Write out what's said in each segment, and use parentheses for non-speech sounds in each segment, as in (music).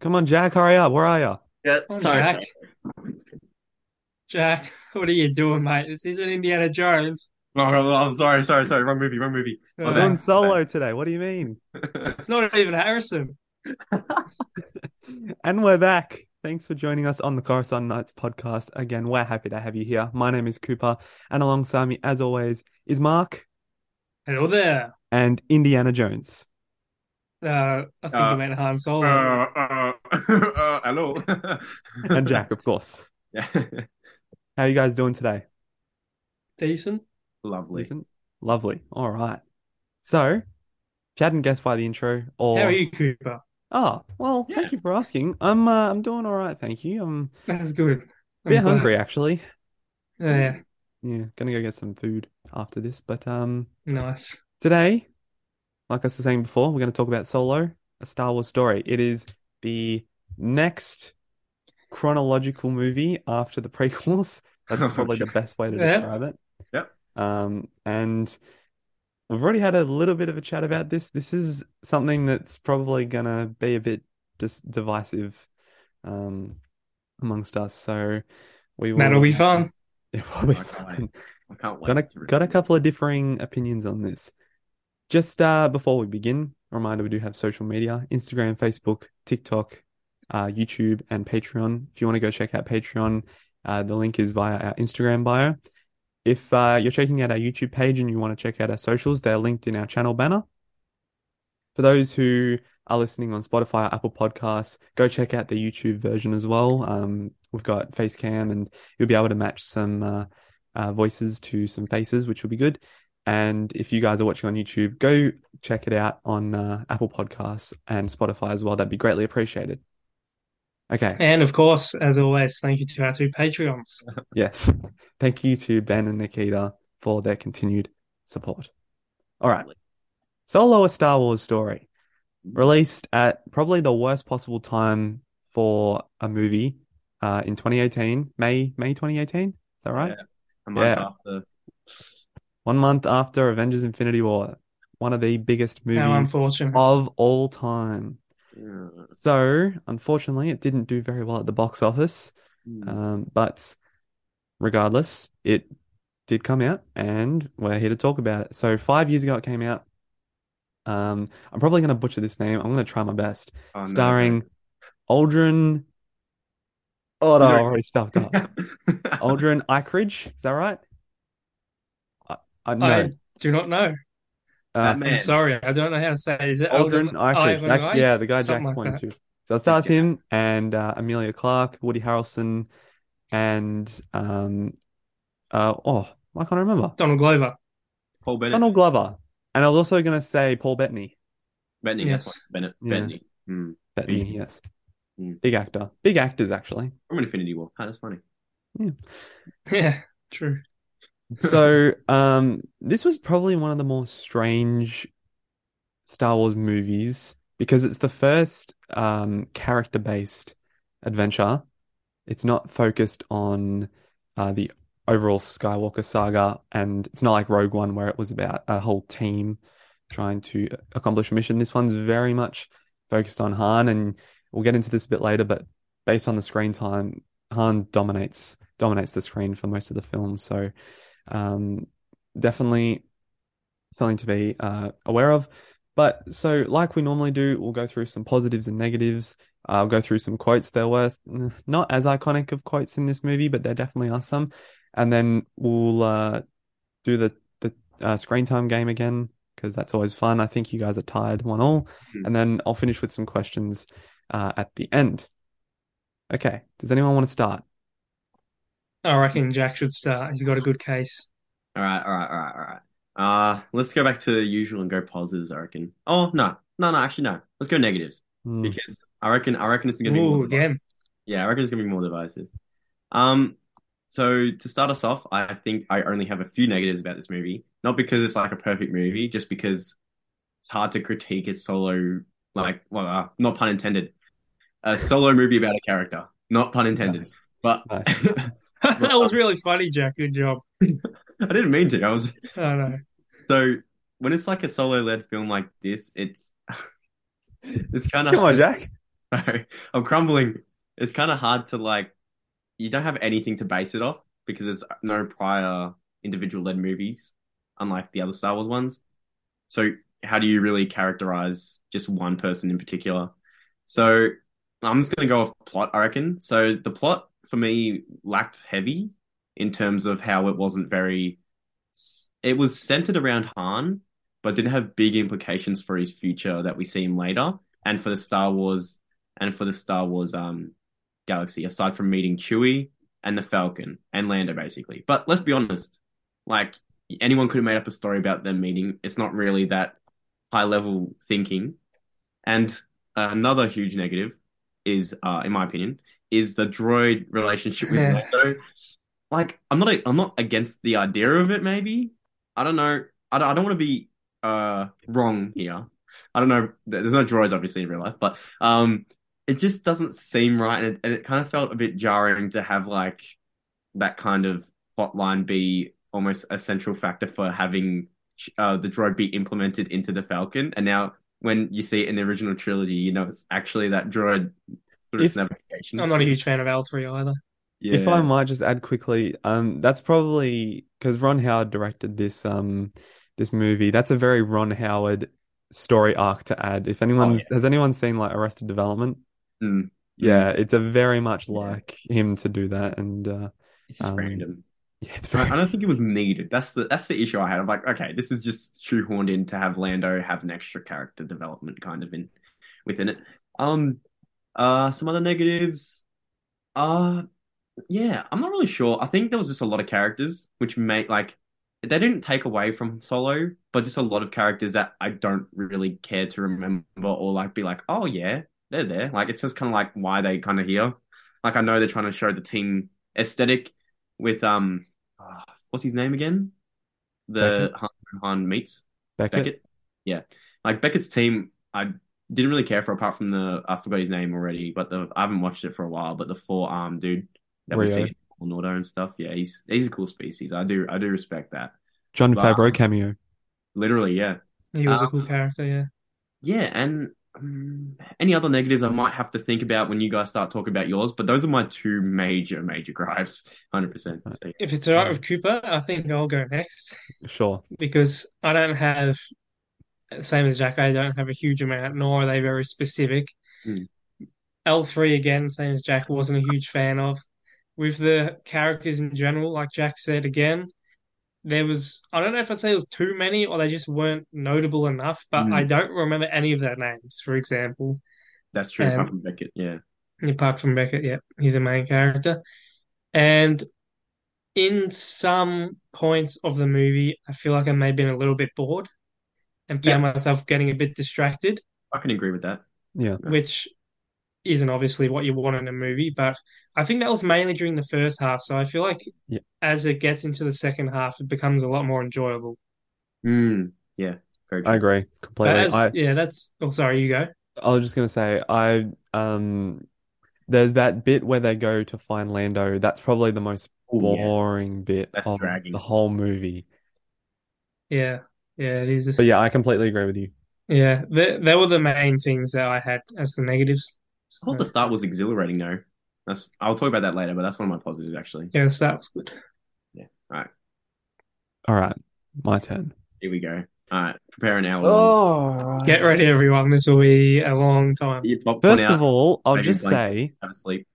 Come on, Jack, hurry up. Where are you? Yeah, Oh, sorry. (laughs) Jack. Jack, (laughs) what are you doing, mate? This isn't Indiana Jones. Oh, I'm sorry, sorry, sorry. Wrong movie, wrong movie. I'm Okay. doing solo today. What do you mean? It's not even Harrison. And we're back. Thanks for joining us on the Coruscant Nights podcast. Again, we're happy to have you here. My name is Cooper, and alongside me, as always, is Mark Hello there. and Indiana Jones. Uh, I think Uh, you meant Han Oh. uh, Solo. uh, (laughs) uh, hello. (laughs) And (laughs) Jack, of course. (laughs) Yeah. How you guys doing today? Decent. Lovely. Decent? Lovely. All right. So, if you hadn't guessed by the intro, or How are you, Cooper? (laughs) Oh, well, thank you for asking. I'm uh, I'm doing all right, thank you. I'm That's good. a I'm bit glad. Oh, hungry actually. Yeah, Yeah, gonna go get some food after this. But um, nice. today, like I was saying before, we're gonna talk about Solo, a Star Wars story. It is the next chronological movie after the (laughs) prequels. (laughs) That's probably the best way to Yeah. describe it. Yep. Um, and we've already had a little bit of a chat about this. This is something that's probably gonna be a bit dis- divisive, um, amongst us. So we will. That'll be fun. (laughs) It will be Oh, God. fun. I can't wait. Got a to review got a it. couple of differing opinions on this. Just uh, before we begin, a reminder we do have social media: Instagram, Facebook, TikTok, uh, YouTube, and Patreon. If you want to go check out Patreon, uh, the link is via our Instagram bio. If uh, you're checking out our YouTube page and you want to check out our socials, they're linked in our channel banner. For those who are listening on Spotify or Apple Podcasts, go check out the YouTube version as well. Um, we've got Facecam, and you'll be able to match some uh, uh, voices to some faces, which will be good. And if you guys are watching on YouTube, go check it out on uh, Apple Podcasts and Spotify as well. That'd be greatly appreciated. Okay. And of course, as always, thank you to our two Patreons. Yes. Thank you to Ben and Nikita for their continued support. All right. Solo, a Star Wars story, released at probably the worst possible time for a movie uh, in 2018, May May 2018. Is that right? Yeah. A month Yeah. after. One month after Avengers: Infinity War, one of the biggest movies How unfortunate. of all time. Uh, Yeah. So, unfortunately, it didn't do very well at the box office. Mm. Um, but regardless, it did come out, and we're here to talk about it. So five years ago, it came out. Um, I'm probably going to butcher this name. I'm going to try my best. Oh, no, Starring Aldrin. Oh no, I Sorry. already stuffed no. (laughs) up. Aldrin Eichridge, is that right? I, I no, I do not know. uh, Oh, Man. I'm sorry. I don't know how to say it. Is (laughs) it Aldrin Eichridge. Ivan That- Reich? yeah, the guy Something Jack's like pointing that. to. So it stars Let's get him and uh, Amelia Clark, Woody Harrelson, and um, uh, oh, I can't remember. Donald Glover. (laughs) Paul Bennett. Donald Glover. And I was also going to say Paul Bettany. Bettany. Yes. That's one. Bennett. Yeah. Bettany. Mm. Bettany, Mhm. yes. Mm. Big actor. Big actors, actually. From Infinity War. Oh, that's funny. Yeah, true. So, um, this was probably one of the more strange Star Wars movies because it's the first um, character based adventure. It's not focused on uh, the overall Skywalker saga, and it's not like Rogue One, where it was about a whole team trying to accomplish a mission. This one's very much focused on Han, and we'll get into this a bit later, but based on the screen time, Han dominates dominates the screen for most of the film. So um, definitely something to be uh, aware of. But so, like we normally do, we'll go through some positives and negatives. Uh, I'll go through some quotes. There were mm, not as iconic of quotes in this movie, but there definitely are some. And then we'll uh, do the the uh, screen time game again because that's always fun. I think you guys are tired, one all. Mhm. And then I'll finish with some questions uh, at the end. Okay. Does anyone want to start? I reckon Jack should start. He's got a good case. All right, all right, all right, all right. Uh, let's go back to the usual and go positives, I reckon. Oh, no. No, no, actually, no. Let's go negatives Hmm. because I reckon I reckon it's going to be more Ooh, divisive. again. Yeah, I reckon it's going to be more divisive. Um, so to start us off, I think I only have a few negatives about this movie. Not because it's like a perfect movie, just because it's hard to critique a solo, like, well, uh, not pun intended, a solo movie about a character. Not pun intended. Nice. But (laughs) Nice. I that was really funny, Jack. Good job. didn't mean to. I was I don't know. So when (laughs) it's like a solo led film like this, it's it's kind of Come on, Jack. So I'm crumbling. It's kind of hard to like, you don't have anything to base it off because there's no prior individual led movies, unlike the other Star Wars ones. So how do you really characterize just one person in particular? So I'm just going to go off plot, I reckon. So the plot for me lacked heavy in terms of how it wasn't very. It was centered around Han, but didn't have big implications for his future that we see him later, and for the Star Wars and for the Star Wars um galaxy. Aside from meeting Chewie and the Falcon and Lando, basically. But let's be honest, like anyone could have made up a story about them meeting. It's not really that high level thinking. And uh, another huge negative is, uh, in my opinion, is the droid relationship with Yeah. Lando. Like, I'm not, I'm not against the idea of it. Maybe I don't know. I don't, I don't want to be uh, wrong here. I don't know. There- There's no droids, obviously, in real life, but um, it just doesn't seem right, and it, and it kind of felt a bit jarring to have like that kind of plot line be almost a central factor for having uh, the droid be implemented into the Falcon. And now, when you see it in the original trilogy, you know it's actually that droid sort of If- navigation. I'm not a huge fan of L3 either. yeah. If I might just add quickly, um, that's probably because Ron Howard directed this um this movie. That's a very Ron Howard story arc to add. Oh, If anyone's has anyone seen like Arrested Development? Mm. Yeah, it's a very much Yeah. like him to do that, and uh, (laughs) it's just um, random. yeah, it's I very I don't think it was needed. That's the that's the issue I had. I'm like, okay, this is just shoehorned in to have Lando have an extra character development kind of in within it. Um, uh, some other negatives. Uh, yeah, I'm not really sure. I think there was just a lot of characters which made like they didn't take away from Solo, but just a lot of characters that I don't really care to remember or like be like, oh yeah, they're there. Like it's just kind of like why they kind of here. Like I know they're trying to show the team aesthetic with um ah, what's his name again? The Han, Han meets Beckett. Beckett. Yeah, like Beckett's team, I didn't really care for apart from the I forgot his name already, but the I haven't watched it for a while. But the four armed dude that we Rio. see on Auto and stuff, yeah, he's he's a cool species. I do I do respect that. John Wow. Favreau cameo. Literally, yeah, He was a cool character, yeah. yeah. And um, any other negatives I might have to think about when you guys start talking about yours, but those are my two major major gripes, hundred percent. If it's all right with Cooper, I think I'll go next Sure. because I don't have, same as Jack, I don't have a huge amount, nor are they very specific. Hmm. Mm. L3, again, same as Jack, wasn't a huge fan of. With the characters in general, like Jack said again, there was, I don't know if I'd say it was too many or they just weren't notable enough, but Mm. I don't remember any of their names, for example. That's true. Um, apart from Beckett, yeah. apart from Beckett, yeah, he's a main character. And in some points of the movie, I feel like I may have been a little bit bored and found myself getting a bit distracted, I can agree with that. Yeah. Yeah. which isn't obviously what you want in a movie, but I think that was mainly during the first half. So I feel like Yeah. as it gets into the second half, it becomes a lot more enjoyable. Mm, yeah, very true. I agree But completely. as- I, yeah, that's. Oh, sorry, you go. I was just gonna say, I um, there's that bit where they go to find Lando. That's probably the most Ooh, yeah. boring bit That's of dragging. the whole movie. Yeah, yeah, it is. But yeah, I completely agree with you. Yeah, they, they were the main things that I had as the negatives. I thought the start was exhilarating though. That's I'll talk about that later, but that's one of my positives actually. Yeah, so that was good. All right, my turn. Here we go. All right, prepare an hour. long. Oh, Get ready, everyone. This will be a long time. Mm. You pop one First out, of all, I'll Maybe just blank. say have a sleep.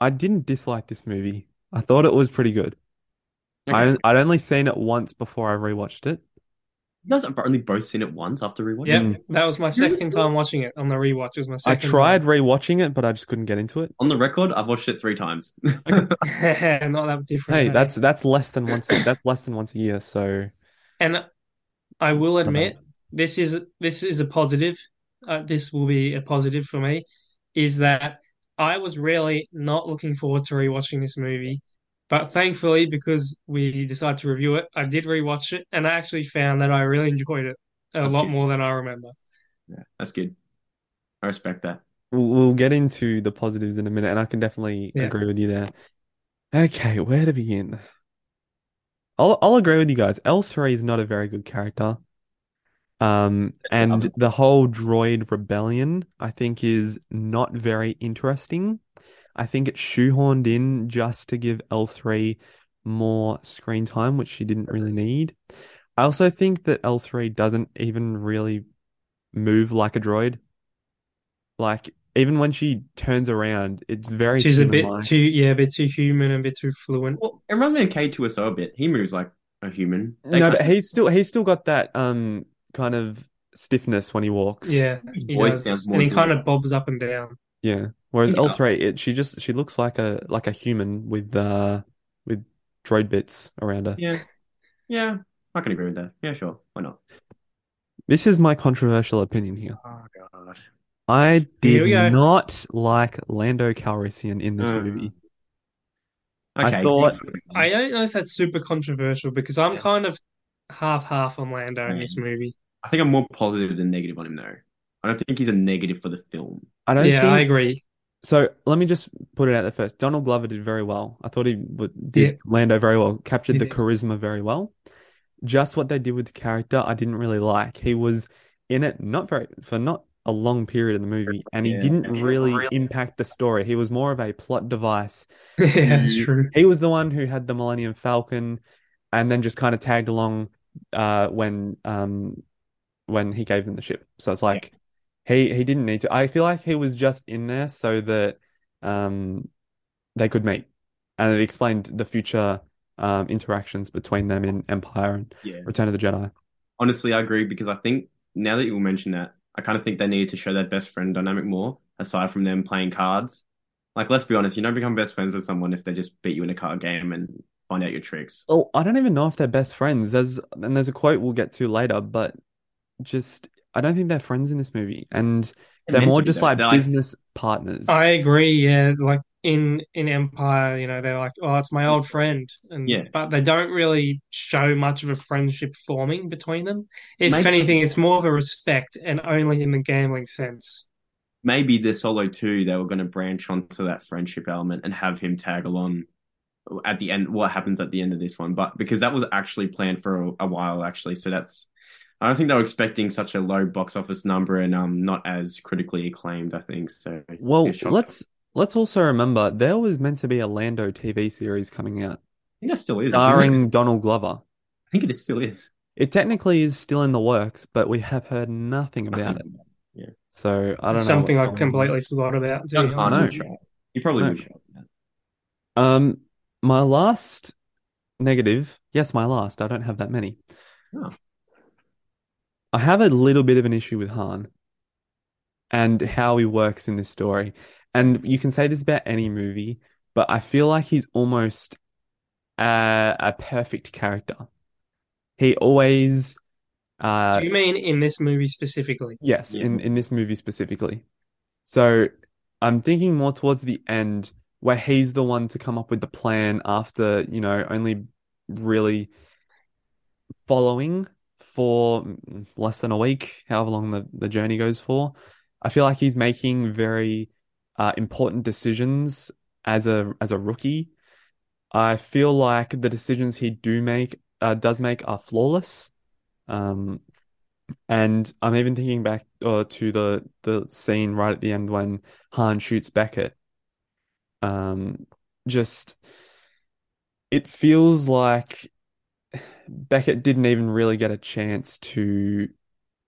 I didn't dislike this movie. I thought it was pretty good. Okay. I I'd only seen it once before I rewatched it. You guys have only both seen it once after rewatching. Yep, Mm. that was my second time watching it on the rewatch. It was my I second tried rewatching it, but I just couldn't get into it. On the record, I've watched it three times. time. (laughs) Not that different. Hey, eh? that's that's less than once. That's less than once a year. So and I will admit this is this is a positive. Uh, this will be a positive for me. Is that I was really not looking forward to rewatching this movie, but thankfully because we decided to review it, I did rewatch it, and I actually found that I really enjoyed it a That's lot good. more than I remember. Yeah, (laughs) that's good. I respect that. We'll, we'll get into the positives in a minute, and I can definitely Yeah. agree with you there. Okay, where to begin? I'll I'll agree with you guys. L3 is not a very good character. Um, and Um, the whole droid rebellion, I think, is not very interesting. I think it's shoehorned in just to give L3 more screen time, which she didn't really Yes. need. I also think that L3 doesn't even really move like a droid. Like, even when she turns around, it's very She's a bit human-like. too, yeah, a bit too human and a bit too fluent. Well, it reminds me of K2SO a bit. He moves like a human. They No, kind but he's still he's still got that um kind of stiffness when he walks. Yeah, of- his he voice does. sounds more and he kind human. of bobs up and down. Yeah. Whereas Yeah. L3, it she just she looks like a like a human with uh with droid bits around her. Yeah. Yeah. I can agree with that. Yeah, sure. Why not? This is my controversial opinion here. Oh god. I Here we go. Uh, did not like Lando Calrissian in this Mm. movie. I Okay. thought- I don't know if that's super controversial because I'm Yeah. kind of half half on Lando in this movie. I think I'm more positive than negative on him though. I don't think he's a negative for the film. I don't Yeah, I think agree. (laughs) so. Let me just put it out there first. Donald Glover did very well. I thought he w- did Yeah. Lando very well, captured He the did. charisma very well. Just what they did with the character, I didn't really like. He was in it not very for not a long period in the movie, and he Yeah. didn't And he didn't really really- impact the story. He was more of a plot device. yeah, that's true. He was the one who had the Millennium Falcon, and then just kind of tagged along uh, when um, when he gave them the ship. So it's like he he didn't need to. I feel like he was just in there so that um, they could meet, and it explained the future um, interactions between them in Empire and Yeah. Return of the Jedi. Honestly, I agree because I think now that you mention that, I kind of think they needed to show that best friend dynamic more, aside from them playing cards. Like, let's be honest, you don't become best friends with someone if they just beat you in a card game and find out your tricks. Well, Oh, I don't even know if they're best friends. There's and there's a quote we'll get to later, but just I don't think they're friends in this movie, and they're meant more to be, just though. like They're like- business partners. I agree. Yeah, like in in Empire, you know, they're like, "Oh, it's my old friend," and Yeah. but they don't really show much of a friendship forming between them. If Maybe- anything, it's more of a respect, and only in the gambling sense. Maybe the solo two, they were going to branch onto that friendship element and have him tag along at the end. What happens at the end of this one, but because that was actually planned for a, a while, actually, so that's. I don't think they were expecting such a low box office number and um not as critically acclaimed. I think so. Well, Yeah, sure. let's let's also remember there was meant to be a Lando TV series coming out I think that still is. isn't it? starring Donald Glover. I think it is- still is. It technically is still in the works, but we have heard nothing about it. Nothing. So I don't It's know something what's going I on. completely forgot about. To John be Hart No. would show up. He probably No. would show up. Um, my last negative, yes, my last. I don't have that many. Oh. I have a little bit of an issue with Han and how he works in this story. And you can say this about any movie, but I feel like he's almost a, a perfect character. He always, uh, Do you mean in this movie specifically? Yes, Yeah. in in this movie specifically. So I'm thinking more towards the end where he's the one to come up with the plan after, you know, only really following for mm, less than a week, however long the, the journey goes for. I feel like he's making very uh, important decisions as a as a rookie. I feel like the decisions he do make uh, does make are flawless. Um, and I'm even thinking back uh, to the the scene right at the end when Han shoots Beckett. Um, just it feels like Beckett didn't even really get a chance to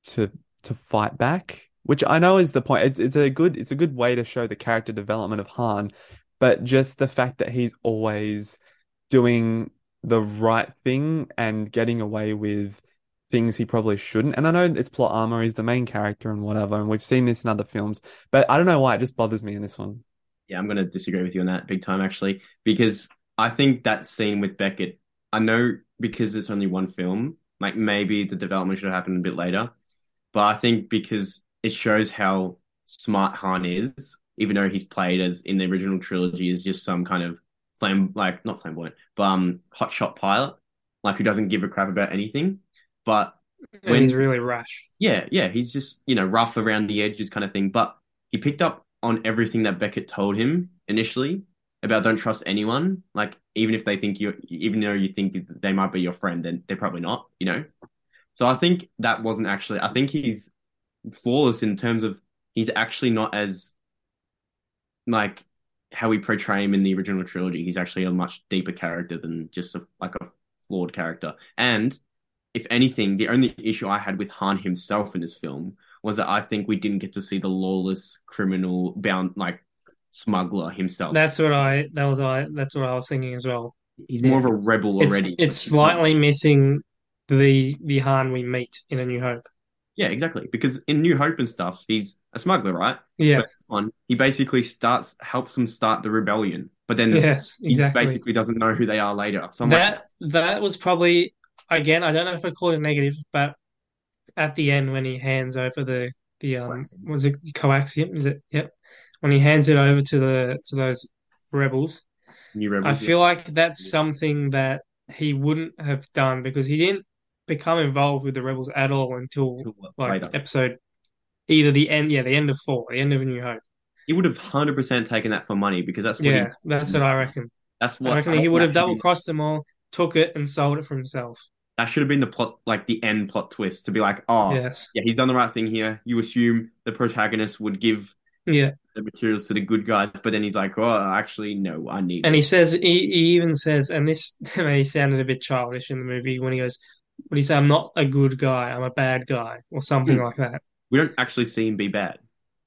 to to fight back, which I know is the point. It's it's a good it's a good way to show the character development of Han, but just the fact that he's always doing the right thing and getting away with things he probably shouldn't. And I know it's plot armor, he's the main character and whatever, and we've seen this in other films, but I don't know why it just bothers me in this one. Yeah, I'm going to disagree with you on that big time, actually, because I think that scene with Beckett, I know because it's only one film, like maybe the development should have happened a bit later, but I think because it shows how smart Han is, even though he's played as in the original trilogy as just some kind of flam, like not flamboyant, but um, hotshot pilot, like who doesn't give a crap about anything. But And When- he's really rash. Yeah, yeah, he's just, you know, rough around the edges kind of thing. But he picked up on everything that Beckett told him initially about don't trust anyone. Like, even if they think you, even though you think that they might be your friend, then they're probably not, you know? So I think that wasn't actually. I think he's flawless in terms of he's actually not as like how we portray him in the original trilogy. He's actually a much deeper character than just a, like a flawed character. And if anything, the only issue I had with Han himself in this film was that I think we didn't get to see the lawless criminal bound like smuggler himself. That's what I that was I that's what I was thinking as well. he's more of a rebel It's already. it's slightly missing the the Han we meet in A New Hope. yeah, exactly. Because in New Hope and stuff, he's a smuggler, right? Yeah. But this one, he basically starts helps them start the rebellion, but then Yes, he exactly. basically doesn't know who they are later. So I'm like, that that was probably again. I don't know if I call it negative, but at the end when he hands over the the um Coaxium. was it coaxium? Is it yep? When he hands it over to the to those rebels, new I rebels. feel like that's something that he wouldn't have done because he didn't become involved with the rebels at all until like later. episode either the end yeah the end of four the end of A New Hope He would have hundred percent taken that for money because that's what he- yeah that's what I reckon that's I what reckon he would have that should be- double crossed them all took it and sold it for himself That should have been the plot, like the end plot twist, to be like, oh, yeah, yes he's done the right thing here. You assume the protagonist would give yeah the materials to the good guys, but then he's like, oh, actually, no, I need. And it. he says, he, he even says, and this (laughs) to me sounded a bit childish in the movie when he goes, "What do you say? I'm not a good guy. I'm a bad guy, or something Hmm. like that." we don't actually see him be bad.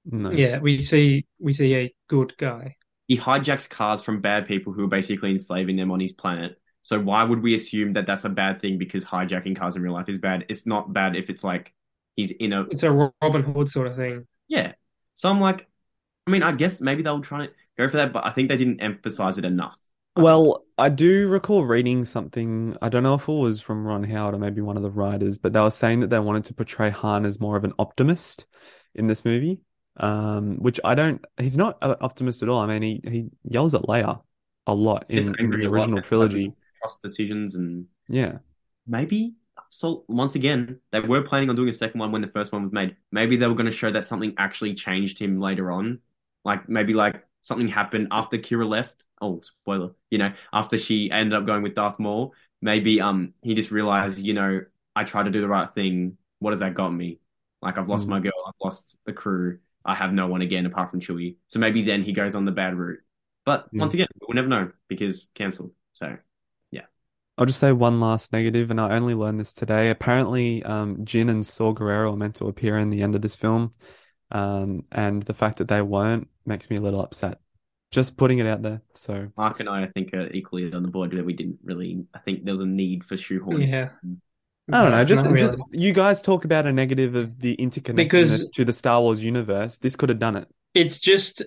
No. Yeah, we see we see a good guy. He hijacks cars from bad people who are basically enslaving them on his planet. So why would we assume that that's a bad thing because hijacking cars in real life is bad? It's not bad if it's like he's in a It's a Ro- Robin Hood sort of thing. Yeah. So I'm like, I mean, I guess maybe they were trying to go for that, but I think they didn't emphasize it enough. I think- Well, I do recall reading something. I don't know if it was from Ron Howard or maybe one of the writers, but they were saying that they wanted to portray Han as more of an optimist in this movie. Um, which I don't. He's not an optimist at all. I mean, he he yells at Leia a lot He's in, in angry the a lot original and trilogy. doesn't trust decisions and Yeah, maybe. So once again, they were planning on doing a second one when the first one was made. Maybe they were going to show that something actually changed him later on, like maybe like something happened after Kira left. Oh, spoiler! You know, after she ended up going with Darth Maul, maybe um he just realized, you know, I tried to do the right thing. What has that got me? Like I've lost Hmm. my girl, I've lost the crew, I have no one again apart from Chewie. So maybe then he goes on the bad route. But Yeah. once again, we'll never know because cancelled. So I'll just say one last negative, and I only learned this today. Apparently, um, Jin and Saw Gerrera are meant to appear in the end of this film, um, and the fact that they weren't makes me a little upset. Just putting it out there. So. Mark and I, I think, are equally on the board that we didn't really. I think there was a need for shoehorning. Yeah, I don't know. Yeah, Just, not just really. you guys talk about a negative of the interconnectedness Because- to the Star Wars universe. This could have done it. it's just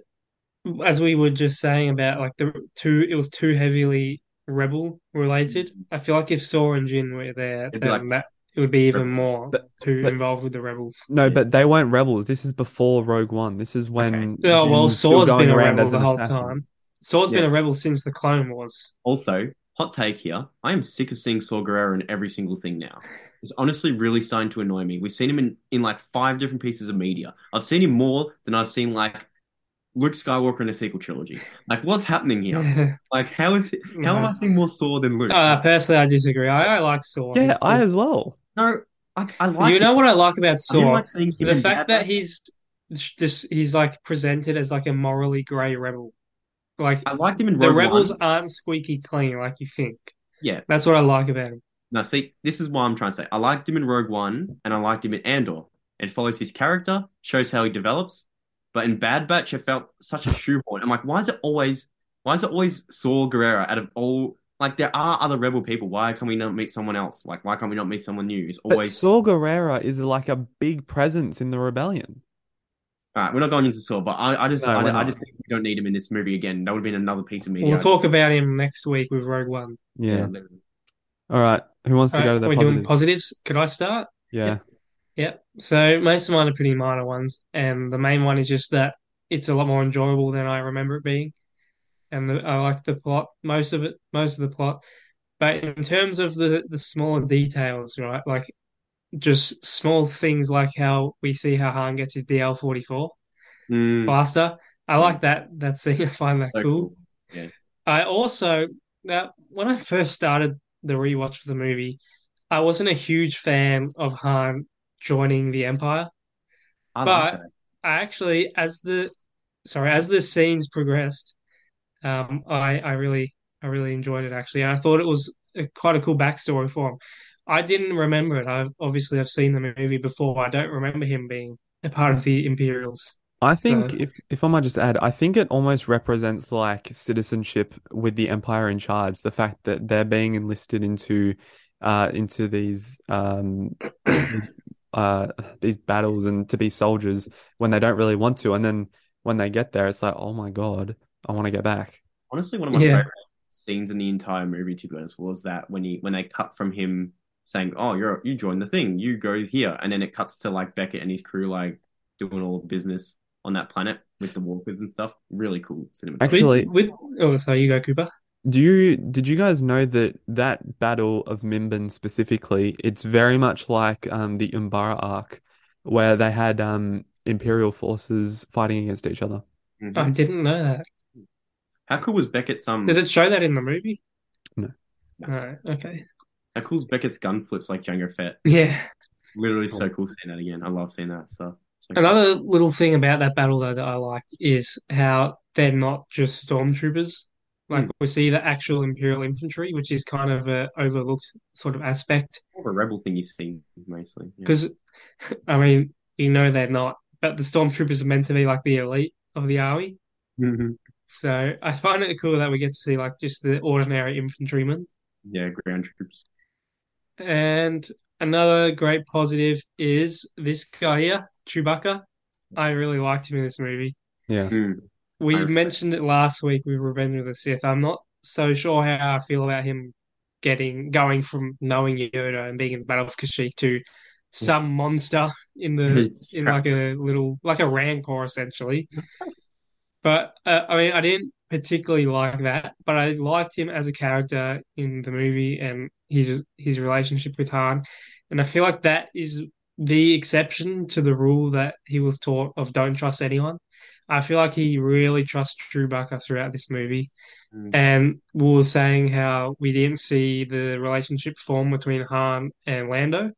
as we were just saying about like the two. It was too heavily rebel related. I feel like if Saw and Jin were there, It'd be then like- that it would be even Rebels. more But- too but- involved with the rebels. No, Yeah. but they weren't rebels. This is before Rogue One. This is when Oh well, Jin's still Saw's going been a around rebel as the an whole assassin. time. Saw's been a rebel since the Clone Wars. Also, hot take here. I am sick of seeing Saw Gerrera in every single thing now. It's honestly really starting to annoy me. We've seen him in, in like five different pieces of media. I've seen him more than I've seen like Luke Skywalker in a sequel trilogy. Like, what's happening (laughs) here? Like, how is it, how am I seeing more Saw than Luke? Uh, personally, I disagree. I, I like Saw. Yeah, I as well. no, I, I like. you know him. what I like about I didn't Saw? like seeing him the in fact bad that light. he's just he's like presented as like a morally grey rebel. Like I liked him in the Rogue rebels One. aren't squeaky clean like you think. Yeah. That's what I like about him. Now, see, this is what I'm trying to say. I liked him in Rogue One, and I liked him in Andor. It follows his character, shows how he develops. But in Bad Batch, I felt such a shoehorn. I'm like, why is it always, why is it always Saul Guerrero out of all? Like, there are other rebel people. Why can we not meet someone else? Like, why can't we not meet someone new? It's But always Saw Gerrera is like a big presence in the rebellion. all right. We're not going into Saul, but I, I just, No, we're I, I not. just think we don't need him in this movie again. That would have been another piece of media. We'll talk about him next week with Rogue One. Yeah. All right. Who wants to go Alright, to the we're doing positives? positives. Could I start? Yeah. Yep. So most of mine are pretty minor ones, and the main one is just that it's a lot more enjoyable than I remember it being, and the, I liked the plot, most of it, most of the plot. But in terms of the the smaller details, right, like just small things like how we see how Han gets his DL forty four Mm, blaster. I like that that scene. (laughs) I find that so cool. cool. Yeah. I also that when I first started the rewatch of the movie, I wasn't a huge fan of Han joining the Empire. I But- like that. I actually, as the sorry, as the scenes progressed, um, I I really I really enjoyed it actually, and I thought it was a, quite a cool backstory for him. I didn't remember it. I've obviously I've seen the movie before. I don't remember him being a part of the Imperials. I think So- if if I might just add, I think it almost represents like citizenship with the empire in charge, the fact that they're being enlisted into uh into these um (clears throat) these, uh these battles and to be soldiers when they don't really want to, and then when they get there, it's like, oh my God, I want to get back. Honestly, one of my Yeah. favorite scenes in the entire movie, to be honest, was that when he when they cut from him saying, "Oh, you're you joined the thing, you go here," and then it cuts to like Beckett and his crew like doing all the business on that planet with the walkers and stuff. Really cool cinematography. With, Actually- with oh sorry, you go Cooper. Do you did you guys know that that battle of Mimban specifically, it's very much like um the Umbara arc, where they had um Imperial forces fighting against each other. Mhm. I didn't know that. How cool was Beckett's um? Does it show that in the movie? No. No. Okay. How cool is Beckett's gun flips like Django Fett? Yeah. Literally so cool seeing that again. I love seeing that stuff. So cool. Oh. Another little thing about that battle, though, that I liked is how they're not just stormtroopers. Like we see the actual Imperial infantry, which is kind of a overlooked sort of aspect. More of a rebel thing you see mostly. Yeah. Because, (laughs) I mean, we know they're not, but the stormtroopers are meant to be like the elite of the army. Mhm. So I find it cool that we get to see like just the ordinary infantrymen. yeah, ground troops. And another great positive is this guy here, Chewbacca. I really liked him in this movie. Yeah. Mm. We I- mentioned it last week with Revenge of the Sith. I'm not so sure how I feel about him getting going from knowing Yoda and being in the Battle of Kashyyyk to some monster in the in like a little like a rancor essentially. But uh, I mean, I didn't particularly like that, but I liked him as a character in the movie and his his relationship with Han, and I feel like that is the exception to the rule that he was taught of don't trust anyone. I feel like he really trusts Chewbacca throughout this movie. Mm. And we were saying how we didn't see the relationship form between Han and Lando.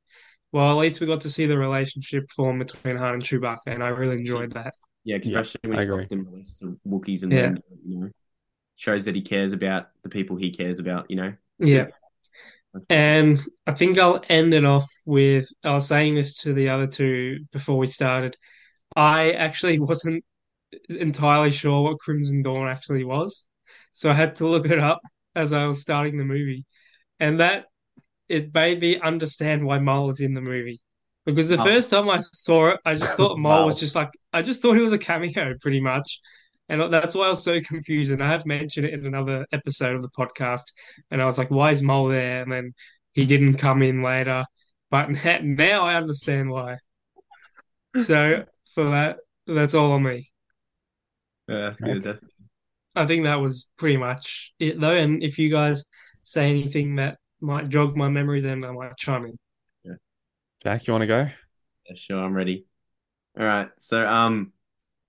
Well, at least we got to see the relationship form between Han and Chewbacca, and I really enjoyed that. Yeah, especially when I he agree. helped him release the Wookiees and Yeah. Lando, you know, shows that he cares about the people he cares about. You know, Yeah. And I think I'll end it off with I was saying this to the other two before we started. I actually (laughs) wasn't entirely sure what Crimson Dawn actually was. So I had to look it up as I was starting the movie. And that it made me understand why Mole is in the movie. Because the Oh. first time I saw it, I just thought Mole Wow. was just like I just thought it was a cameo pretty much. And that's why I was so confused. And I have mentioned it in another episode of the podcast. And I was like, why is Mole there? And then he didn't come in later. But (laughs) na- now I understand why. So for that, that's all on me. Yeah, that's Okay. good. That's I think that was pretty much it, though. And if you guys say anything that might jog my memory, then I might chime in. Jack, you want to go? yeah, sure. I'm ready. All right. So, um,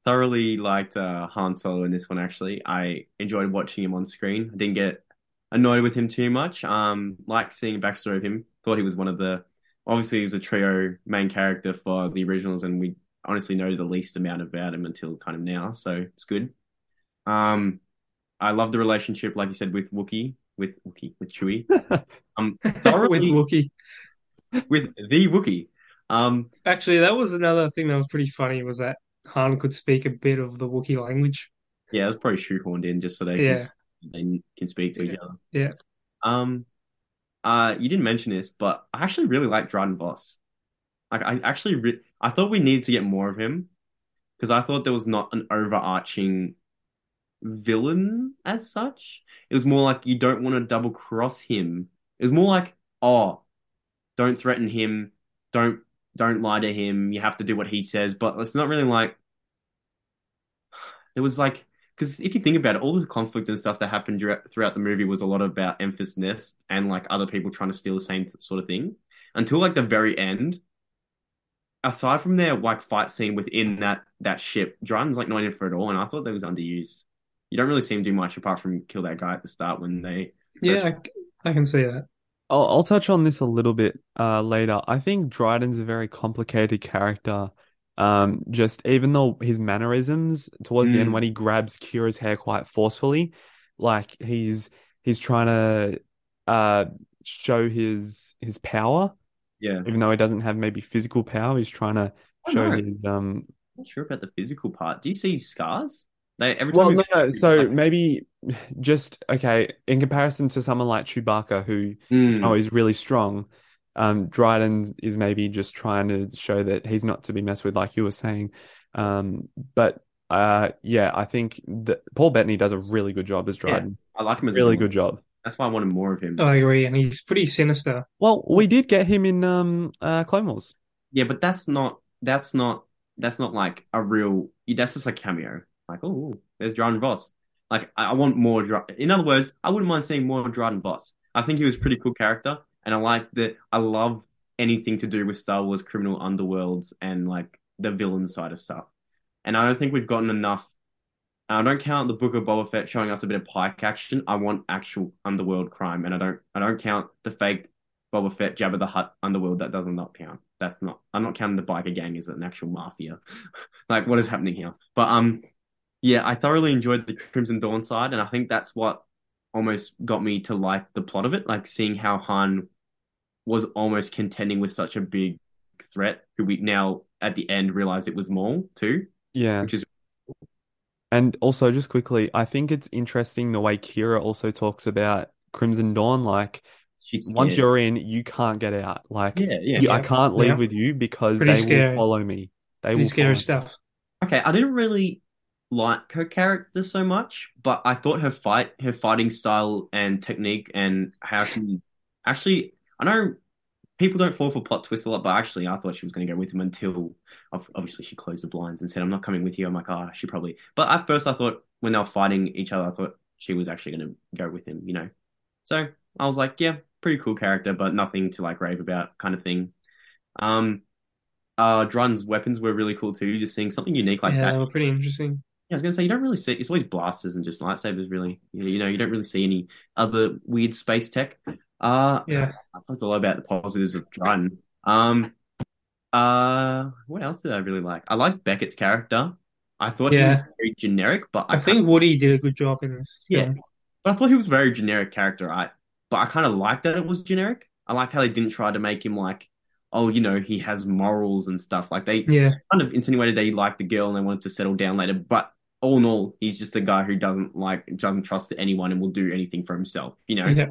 thoroughly liked uh, Han Solo in this one. Actually, I enjoyed watching him on screen. I didn't get annoyed with him too much. Um, liked seeing a backstory of him. Thought he was one of the obviously he was a trio main character for the originals, and we honestly know the least amount about him until kind of now. So it's good. Um, I love the relationship, like you said, with Wookie, with Wookie, with Chewie, (laughs) With Thoroughly- Wookiee. with the Wookie. Um, Actually, that was another thing that was pretty funny was that Han could speak a bit of the Wookiee language. Yeah, it was probably shoehorned in just so they Yeah. can, they can speak to each other. Yeah. Um, uh, you didn't mention this, but I actually really like Dryden Boss. Like, I actually re- I thought we needed to get more of him because I thought there was not an overarching villain as such. It was more like you don't want to double cross him. It was more like, oh, don't threaten him, don't don't lie to him. You have to do what he says. But it's not really like it was like because if you think about it, all the conflict and stuff that happened dra- throughout the movie was a lot about Emphas Nest and like other people trying to steal the same sort of thing until like the very end. Aside from their like fight scene within that that ship, Dryden's like not in for it at all, and I thought that was underused. You don't really see him do much apart from kill that guy at the start when they Yeah, I, c- I can see that. I'll, I'll touch on this a little bit uh, later. I think Dryden's a very complicated character. Um, just even though his mannerisms towards the end, Mm. when he grabs Kira's hair quite forcefully, like he's he's trying to uh, show his his power, Yeah. even though he doesn't have maybe physical power. He's trying to I show know. his um. I'm not sure about the physical part. Do you see scars? They every time Well, we- no, no. So like- maybe just okay in comparison to someone like Chewbacca who. Mm. oh, he's really strong. Um, Dryden is maybe just trying to show that he's not to be messed with, like you were saying. Um, but uh, yeah, I think that Paul Bettany does a really good job as Dryden. I like him as a Really villain. good job. That's why I wanted more of him. I agree, and he's pretty sinister. Well, we did get him in um, uh, Clone Wars. Yeah, but that's not that's not that's not like a real. That's just a cameo. Like, oh, there's Dryden Voss. Like, I, I want more. Dry- In other words, I wouldn't mind seeing more Dryden Voss. I think he was a pretty cool character, and I like that. I love anything to do with Star Wars criminal underworlds and like the villain side of stuff. And I don't think we've gotten enough. I don't count the Book of Boba Fett showing us a bit of Pike action. I want actual underworld crime, and I don't. I don't count the fake Boba Fett, Jabba the Hutt, Underworld. That doesn't not count. That's not. I'm not counting the biker gang as an actual mafia. (laughs) like what is happening here? But um, yeah, I thoroughly enjoyed the Crimson Dawn side, and I think that's what almost got me to like the plot of it. Like seeing how Han was almost contending with such a big threat, who we now at the end realize it was Maul too, Yeah. which is And also, just quickly, I think it's interesting the way Kira also talks about Crimson Dawn. Like, she's once scared. you're in, you can't get out. Like, yeah yeah. you, I yeah, can't leave yeah. with you because Pretty they scary. will follow me. They Pretty will scary follow- stuff. Okay, I didn't really like her character so much, but I thought her fight, her fighting style and technique, and how she actually, I know people don't fall for plot twists a lot, but actually, I thought she was going to go with him until ob- obviously she closed the blinds and said, "I'm not coming with you." I'm like, "Ah, she probably." But at first, I thought when they were fighting each other, I thought she was actually going to go with him, you know. So I was like, "Yeah, pretty cool character, but nothing to like rave about," kind of thing. Um. Uh, Drun's weapons were really cool too. Just seeing something unique like yeah, that. they were pretty interesting. Yeah, I was gonna say you don't really see it's always blasters and just lightsabers really. You know, you know, you don't really see any other weird space tech. Uh Yeah. I talked a lot about the positives of Dryden. Um uh what else did I really like? I liked Beckett's character. I thought he Yeah. was very generic, but I, I think Woody did a good job in this. Yeah. film. but I thought he was a very generic character, right? But I kind of liked that it was generic. I liked how they didn't try to make him like, oh, you know, he has morals and stuff. Like they yeah, kind of insinuated that he liked the girl and they wanted to settle down later. But all in all, he's just a guy who doesn't like doesn't trust anyone and will do anything for himself. You know, yeah.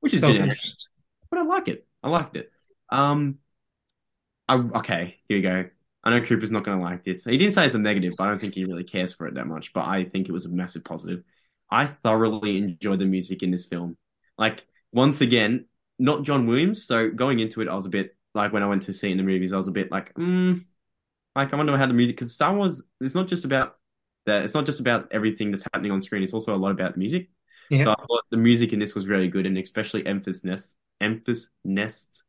which is generic, Selfish. but I like it. I liked it. Um, I, okay, here we go. I know Cooper's not going to like this. He didn't say it's a negative, but I don't think he really cares for it that much. But I think it was a massive positive. I thoroughly enjoyed the music in this film. Like once again, not John Williams. So going into it, I was a bit like when I went to see it in the movies, I was a bit like, mm, like I wonder how the music because Star Wars. It's not just about that. It's not just about everything that's happening on screen. It's also a lot about music. Yeah. So I thought the music in this was really good, and especially Emphas Nest, Emphas Nest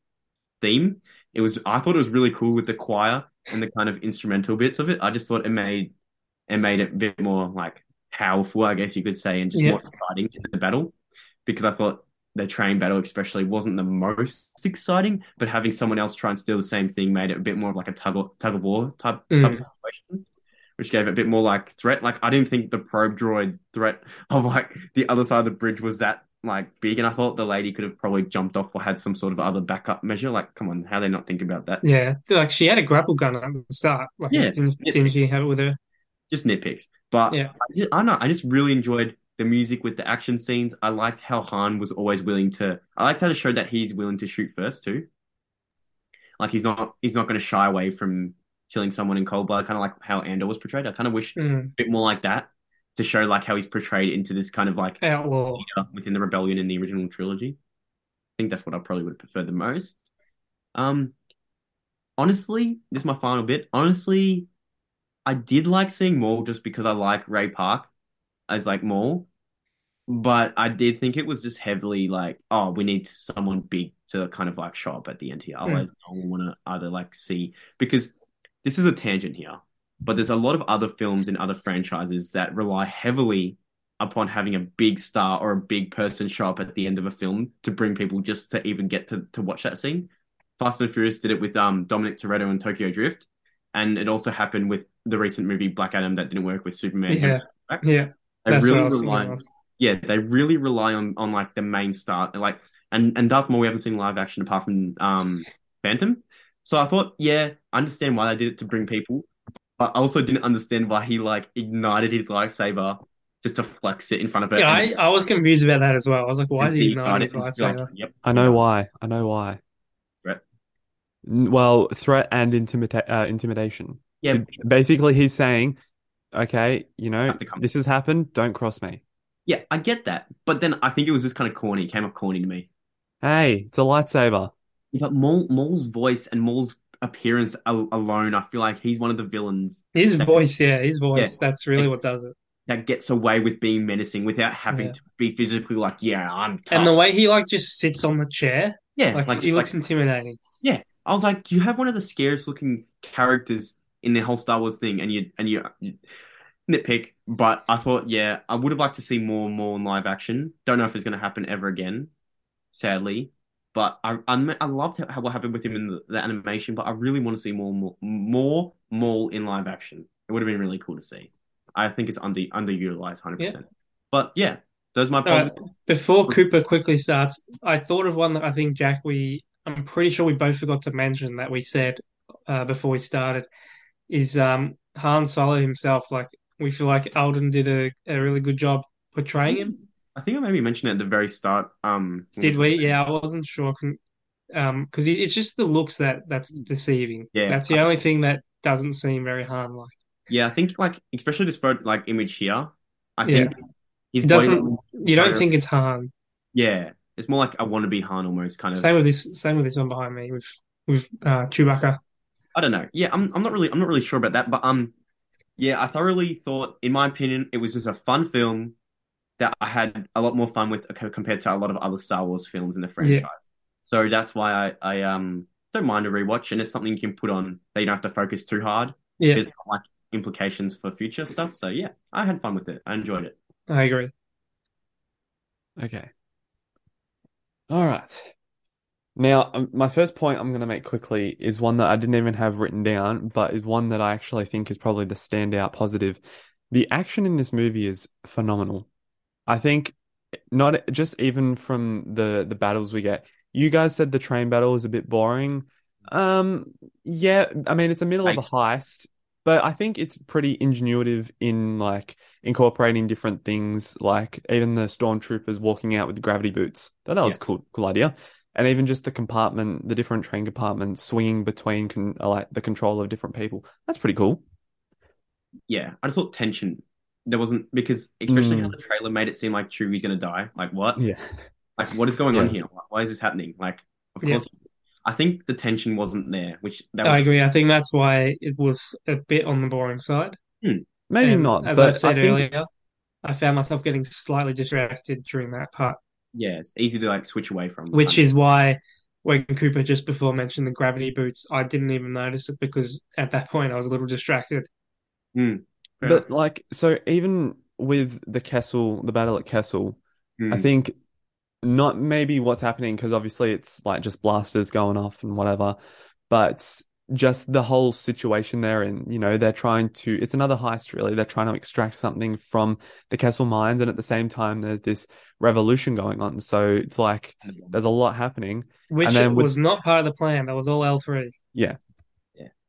theme. It was. I thought it was really cool with the choir and the kind of instrumental bits of it. I just thought it made it made it a bit more like powerful, I guess you could say, and just Yeah. more exciting in the battle. Because I thought the train battle, especially, wasn't the most exciting, but having someone else try and steal the same thing made it a bit more of like a tug of, tug of war type, Mm. type of situation, which gave it a bit more like threat. Like I didn't think the probe droid threat (laughs) of like the other side of the bridge was that like big, and I thought the lady could have probably jumped off or had some sort of other backup measure. Like, come on, how they not think about that? Yeah, like she had a grapple gun at the start. Like, Yeah. didn't, Yeah. didn't she have it with her? just nitpicks. But Yeah. I, just, I don't know. I just really enjoyed the music with the action scenes. I liked how Han was always willing to. I liked how they showed that he's willing to shoot first too. Like he's not he's not going to shy away from killing someone in cold blood. Kind of like how Andor was portrayed. I kind of wish a Mm, bit more like that to show like how he's portrayed into this kind of like outlaw. leader within the rebellion in the original trilogy. I think that's what I probably would prefer the most. Um, honestly, this is my final bit. Honestly, I did like seeing Maul just because I like Ray Park as like Maul, but I did think it was just heavily like, oh, we need someone big to kind of like show up at the end here. Otherwise, no one want to either like see because this is a tangent here, but there's a lot of other films and other franchises that rely heavily upon having a big star or a big person show up at the end of a film to bring people just to even get to, to watch that scene. Fast and Furious did it with um, Dominic Toretto and Tokyo Drift, and it also happened with the recent movie Black Adam that didn't work with Superman. Yeah, yeah. they That's what I really was thinking rely. of. Yeah, they really rely on on like the main start and like and and Darth Maul we haven't seen live action apart from um Phantom. So I thought, yeah, I understand why they did it to bring people, but I also didn't understand why he like ignited his lightsaber just to flex it in front of her. Yeah, and- I, I was confused about that as well. I was like, why is he and not on his ignited and- lightsaber? Yep. I know why. I know why. Threat. N- Well, threat and intimida- uh, intimidation. Yeah, Basically, he's saying, okay, you know, Have to come. this has happened. Don't cross me. yeah, I get that, but then I think it was just kind of corny. It came up corny to me. Hey, it's a lightsaber. But Maul, Maul's voice and Maul's appearance al- alone, I feel like he's one of the villains His That- voice, yeah, his voice. That's really Yeah. what does it. that gets away with being menacing without having Yeah. to be physically like, yeah, I'm tough. And the way he like just sits on the chair, yeah, like, like, he looks like- intimidating. I was like, you have one of the scariest looking characters in the whole Star Wars thing, and you and you, you nitpick. But I thought, yeah, I would have liked to see more and more in live action. Don't know if it's going to happen ever again, sadly. But I I, I loved how, what happened with him in the, the animation. But I really want to see more more more more in live action. It would have been really cool to see. I think it's under underutilized, hundred percent. But yeah, those are my Alright. positives. Before Cooper quickly starts, I thought of one that I think Jack we I'm pretty sure we both forgot to mention that we said uh, before we started is um Han Solo himself. Like we feel like Alden did a, a really good job portraying him. I think I maybe mentioned it at the very start. Um, Did we? Yeah, I wasn't sure. Con- Um, because it's just the looks that that's deceiving. Yeah. That's the only thing that doesn't seem very Han like. Yeah, I think like especially this photo, like image here. I think he's It doesn't- You don't Sure. think it's Han. Yeah, it's more like a wannabe Han almost kind of. Same with this. Same with this one behind me with with uh, Chewbacca. I don't know. Yeah, I'm I'm not really I'm not really sure about that, but um, yeah, I thoroughly thought, in my opinion, it was just a fun film that I had a lot more fun with co- compared to a lot of other Star Wars films in the franchise. So that's why I I um don't mind a rewatch, and it's something you can put on that you don't have to focus too hard. Yeah. There's like implications for future stuff. So yeah, I had fun with it. I enjoyed it. I agree. Okay. All right. Now, um, my first point I'm going to make quickly is one that I didn't even have written down, but is one that I actually think is probably the standout positive. The action in this movie is phenomenal. I think not e, just even from the the battles we get. You guys said the train battle was a bit boring. Um, yeah, I mean it's the middle of a Thanks. heist, but I think it's pretty ingenuitive in like incorporating different things, like even the stormtroopers walking out with gravity boots. That that was Yeah. a cool, cool idea. And even just the compartment, the different train compartments swinging between con uh, like the control of different people. That's pretty cool. yeah, I just thought tension. There wasn't because especially how Mm. the trailer made it seem like Chewie's gonna die. Like what? Yeah. Like what is going on Yeah. here? Like, Why is this happening? Like of Yeah. course, I think the tension wasn't there, which that I was agree. I think that's why it was a bit on the boring side. Maybe And not, as but I said think earlier, I found myself getting slightly distracted during that part, yeah, it's easy to like switch away from. which is why when Cooper just before mentioned the gravity boots, I didn't even notice it because at that point I was a little distracted. Fair um, But like, so even with the Kessel, the battle at Kessel, hmm. I Mm. think not maybe what's happening because obviously it's like just blasters going off and whatever, but just the whole situation there. And, you know, they're trying to, it's another heist really. They're trying to extract something from the Kessel mines. And at the same time, there's this revolution going on. So it's like there's a lot happening. Which And then with- was not part of the plan. That was all L three.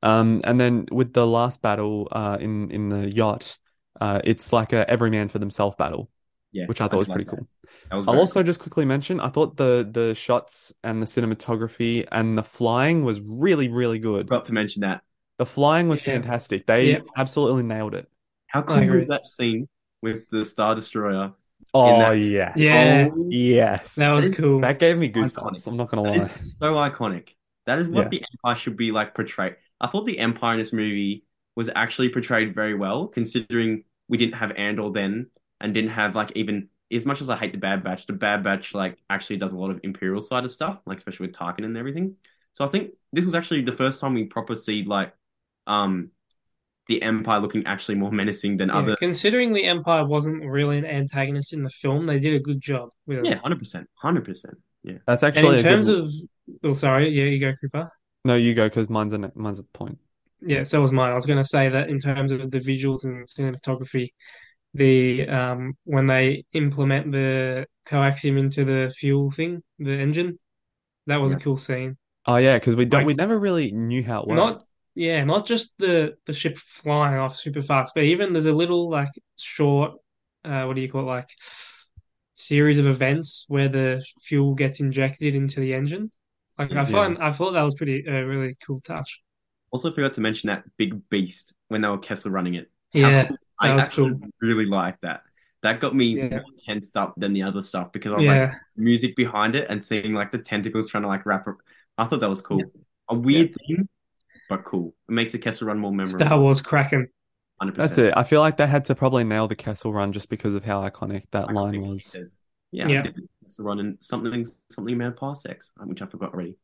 Um, and then with the last battle, uh, in, in the yacht, uh, it's like a every man for themselves battle, yeah, which I thought was like pretty that. cool. That was I'll very also just quickly mention, I thought the the shots and the cinematography and the flying was really, really cool. good. forgot to mention that. The flying was Yeah. fantastic. They Yeah. absolutely nailed it. How cool agree. was that scene with the Star Destroyer? Oh that- yeah. Yeah, Oh, Yes. that That was is- cool. That gave me goosebumps, Iconic. I'm not gonna That lie. is so iconic. That is what Yeah. the Empire should be like portrayed. I thought the Empire in this movie was actually portrayed very well, considering we didn't have Andor then and didn't have like even as much as I hate the Bad Batch, the Bad Batch like actually does a lot of Imperial side of stuff, like especially with Tarkin and everything. So I think this was actually the first time we proper see like um the Empire looking actually more menacing than Yeah, other. Considering the Empire wasn't really an antagonist in the film, they did a good job with Yeah, it. hundred percent, hundred percent. Yeah, That's And actually in a good- terms of, oh, sorry, yeah, you go, Cooper. No, you go because mine's a mine's a point. Yeah, so was mine. I was going to say that in terms of the visuals and cinematography, the um when they implement the coaxium into the fuel thing, the engine, that was a Yeah. cool scene. Oh yeah, because we don't Like- we never really knew how it worked. Not yeah, not just the the ship flying off super fast, but even there's a little like short uh what do you call it like series of events where the fuel gets injected into the engine. Like I Yeah. find I thought that was pretty a really cool touch. Also, forgot to mention that big beast when they were Kessel running it. How Yeah. cool- that I was actually really liked that. That got me Yeah. more tensed up than the other stuff because I was like Yeah. music behind it and seeing like the tentacles trying to like wrap. Up. I thought that was cool. A weird thing, but cool. It makes the Kessel Run more memorable. Star Wars Kraken. 100%. That's it. I feel like they had to probably nail the Kessel Run just because of how iconic that I line think he was. says- Yeah, Yeah. I think it's the run and something something about parsecs, um, which I forgot already.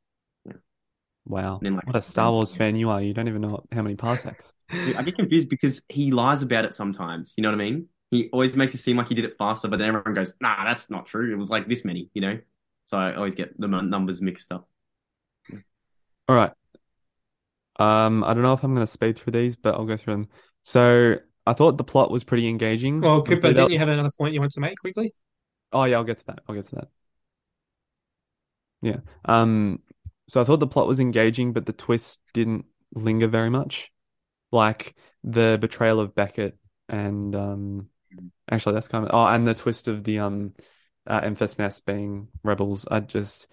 Wow. then, like, What a (laughs) Star Wars fan you are. You don't even know how many parsecs. I get confused because he lies about it sometimes. You know what I mean? He always makes it seem like he did it faster, but then everyone goes, "Nah, that's not true. It was like this many." You know, so I always get the mon- numbers mixed up. All right. Um, I don't know if I'm going to speed through these, but I'll go through them. So I thought the plot was pretty engaging. Well, Obviously, Cooper, that didn't you was- have another point you wanted to make quickly? Oh yeah, I'll get to that. I'll get to that. Yeah. Um, so I thought the plot was engaging, but the twist didn't linger very much. Like the betrayal of Beckett and um actually that's kind of oh and the twist of the um uh, Emphas Nest being rebels. I just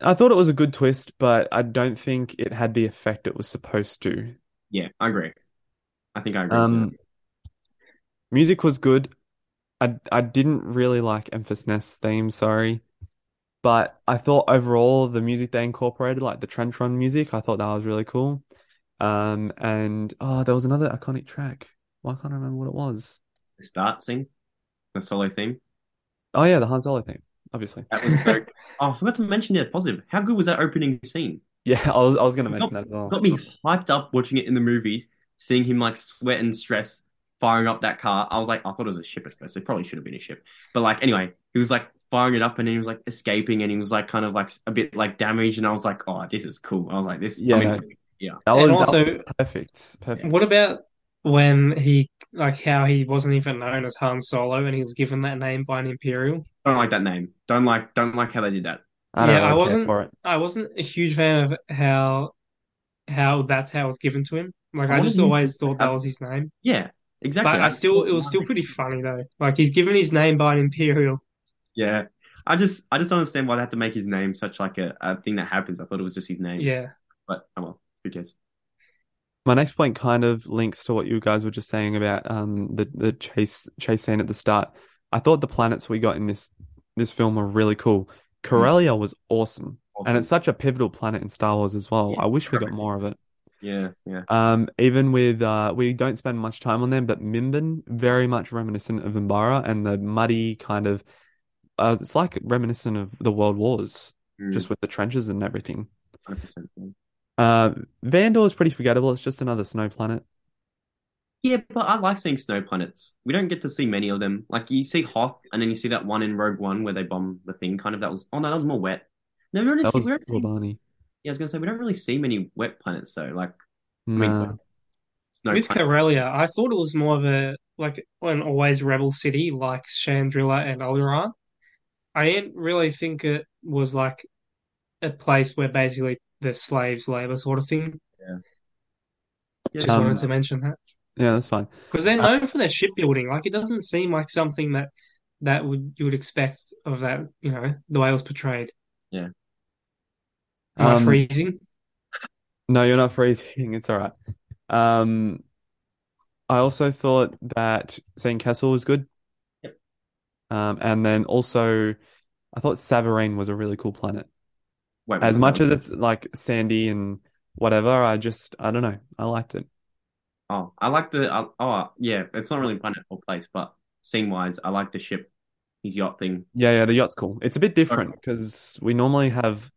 I thought it was a good twist, but I don't think it had the effect it was supposed to. Yeah, I agree. I think I agree. with Um, that. music was good. I I didn't really like Memphis Nest theme, sorry, but I thought overall the music they incorporated, like the Trentron music, I thought that was really cool. Um, and oh, there was another iconic track. Why can't I remember what it was? The start scene, the solo theme. Oh yeah, the Han Solo theme, obviously. (laughs) That was (laughs) so. oh, I forgot to mention the positive. How good was that opening scene? Yeah, I was I was gonna mention that as well. Got me hyped up watching it in the movies, seeing him like sweat and stress firing up that car. I was like, I thought it was a ship at first. It probably should have been a ship. But like, anyway, he was like firing it up and he was like escaping and he was like kind of like a bit like damaged. And I was like, oh, this is cool. I was like, this, I Yeah, mean, no. That And was, that also, was perfect, perfect. what about when he, like, how he wasn't even known as Han Solo and he was given that name by an Imperial? don't like that name. Don't like, don't like how they did that. I don't yeah, I really care wasn't- for it. I wasn't a huge fan of how how that's how it was given to him. Like, I just Wasn't- always thought that was his name. Yeah, exactly. But I still, it was still pretty funny though. Like, he's given his name by an Imperial. Yeah. I just, I just don't understand why they had to make his name such like a, a thing that happens. I thought it was just his name. Yeah. But oh well, who cares? My next point kind of links to what you guys were just saying about um the the chase chase scene at the start. I thought the planets we got in this this film were really cool. Mm. Corellia was awesome, and it's such a pivotal planet in Star Wars as well. Yeah, I wish we got correct. more of it. Yeah, yeah. Um, even with uh, we don't spend much time on them, but Mimban very much reminiscent of Mbara and the muddy kind of. Uh, it's like reminiscent of the World Wars, Mm, just with the trenches and everything. 100%. Uh, Vandor is pretty forgettable. It's just another snow planet. Yeah, but I like seeing snow planets. We don't get to see many of them. Like you see Hoth, and then you see that one in Rogue One where they bomb the thing. Kind of that was. Oh no, that was more wet. No, we don't really That see. was We don't see Rulbani. yeah, I was gonna say we don't really see many wet planets though. Like I mean, Nah. snow With planets. Corellia, I thought it was more of a like an always rebel city like Chandrilla and Alderaan. I didn't really think it was like a place where basically the slaves labor sort of thing. Yeah, Just Um, uh, wanted to mention that Yeah, that's fine. because they're known for their shipbuilding. Like it doesn't seem like something that that would you would expect of that. You know the way it was portrayed. Yeah. Am I Um, freezing? No, you're not freezing. (laughs) It's all right. Um, I also thought that seeing Castle was good. Yep. Um, and then also, I thought Savarine was a really cool planet. Wait, As wait, much wait. as it's like sandy and whatever, I just, I don't know. I liked it. Oh, I like the. I, oh, yeah. It's not really a planet or place, but scene wise, I like the ship, his yacht thing. Yeah, yeah, the yacht's cool. It's a bit different because we normally have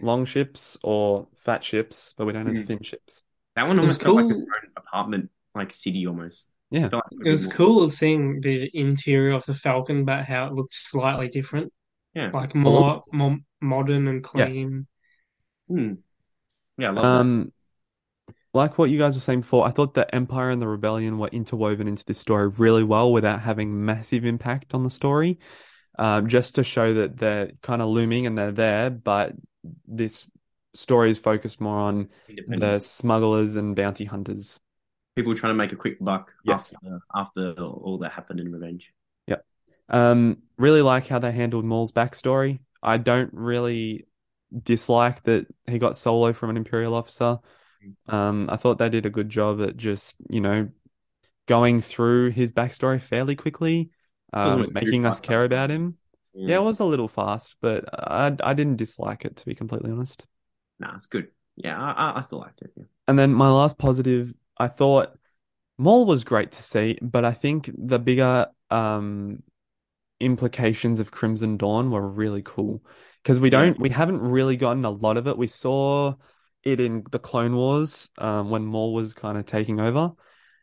long ships or fat ships, but we don't have Mhm. thin ships. That one It almost was felt like its cool. own apartment, like city almost. Yeah. Felt like It was more- cool seeing the interior of the Falcon, but how it looked slightly different, Yeah. like more more modern and Yeah. clean. Hmm. Yeah, I love that. Um, like what you guys were saying before, I thought the Empire and the Rebellion were interwoven into this story really well without having massive impact on the story. Um, just to show that they're kind of looming and they're there, but this story is focused more on Independent. the smugglers and bounty hunters. people trying to make a quick buck Yes. after, after all that happened in Revenge. Um, really like how they handled Maul's backstory. I don't really dislike that he got solo from an Imperial officer. Um, I thought they did a good job at just, you know, going through his backstory fairly quickly, um, little too making us fast, care about him. Yeah, it was a little fast, but I I didn't dislike it, to be completely honest. Nah, it's good. Yeah, I, I, I still liked it. Yeah. And then my last positive, I thought Maul was great to see, but I think the bigger um, implications of Crimson Dawn were really cool because we Yeah. don't, we haven't really gotten a lot of it. We saw it in the Clone Wars um, when Maul was kind of taking over,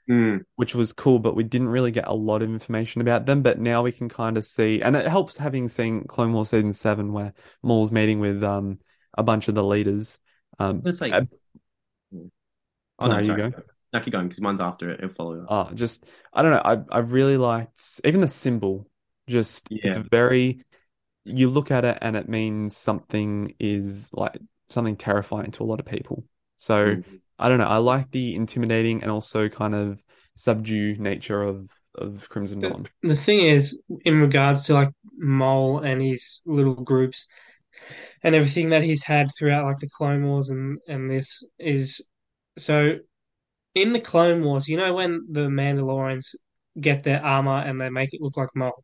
Hmm. which was cool, but we didn't really get a lot of information about them. But now we can kind of see, and it helps having seen Clone Wars season seven where Maul's meeting with um, a bunch of the leaders. Um, It's like, Uh, oh no, sorry, you sorry. go. No, keep going because mine's after it. It'll follow. up. Oh, just I don't know. I I really liked even the symbol. Just it's Yeah. very you look at it and it means something is like something terrifying to a lot of people. Oh. So Mm. I don't know. I like the intimidating and also kind of subdue nature of of Crimson The- Dawn. The thing is, in regards to like Mole and his little groups and everything that he's had throughout like the Clone Wars and and this is so in the Clone Wars, you know when the Mandalorians get their armor and they make it look like Mole.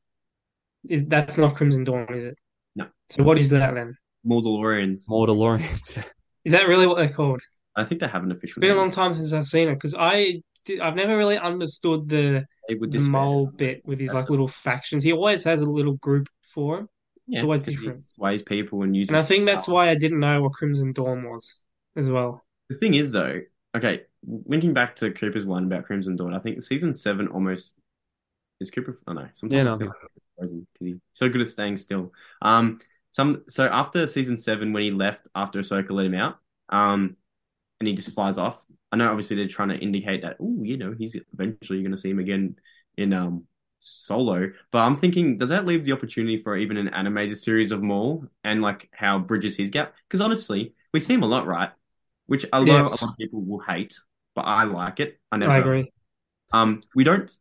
Is that's not Crimson Dawn, is it? No. So what is that then? Mordalorians. (laughs) Mandalorians. yeah. Is that really what they're called? I think they have an official It's been a name. long time since I've seen it because I did, I've never really understood the They would the disparage mole them. bit with his That's like little factions. He always has a little group for him, Yeah, always because he different. Sways people and uses. and I think that's why I didn't know what Crimson Dawn was as well. The thing is, though, okay, linking back to Cooper's one about Crimson Dawn, I think season seven almost is Cooper. I know. Sometimes Yeah, no, I feel like Cooper's frozen because he's so good at staying still. Um, some so after season seven, when he left after Ahsoka let him out, um, and he just flies off. I know, obviously, they're trying to indicate that. Oh, you know, he's eventually going to see him again in um Solo. But I'm thinking, does that leave the opportunity for even an animated series of Maul and like how bridges his gap? Because honestly, we see him a lot, right? Which a lot, Yes. a lot of people will hate, but I like it. I never. I agree. Um, we don't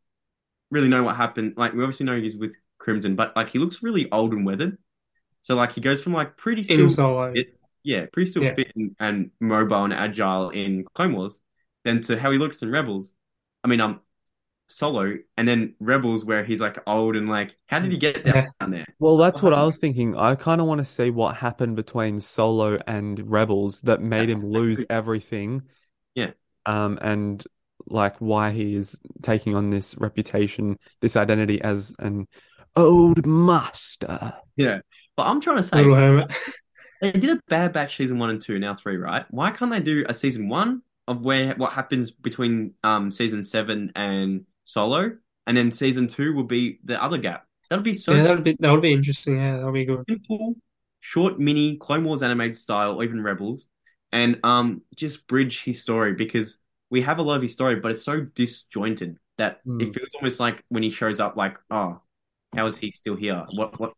really know what happened. Like we obviously know he's with Crimson, but like he looks really old and weathered. So like he goes from like pretty In still, solo, it- yeah, pretty still Yeah. fit and, and mobile and agile in Clone Wars, then to how he looks in Rebels. I mean, um, Solo, and then Rebels where he's like old and like, how did he get down, Yeah. there? Well, that's what I Wow. was thinking. I kind of want to see what happened between Solo and Rebels that made him That's lose exactly- everything. Yeah. Um, and like why he is taking on this reputation, this identity as an old master. Yeah, but I'm trying to say little hermit. They did a Bad Batch season one and two, now three, right? Why can't they do a season one of where what happens between um season seven and Solo, and then season two will be the other gap? That'd be so yeah, that would be that would be interesting. Yeah, that would be good. simple, short, mini Clone Wars animated style, or even Rebels, and um just bridge his story because we have a lot of his story, but it's so disjointed that Hmm. it feels almost like when he shows up, like, oh, how is he still here? What what?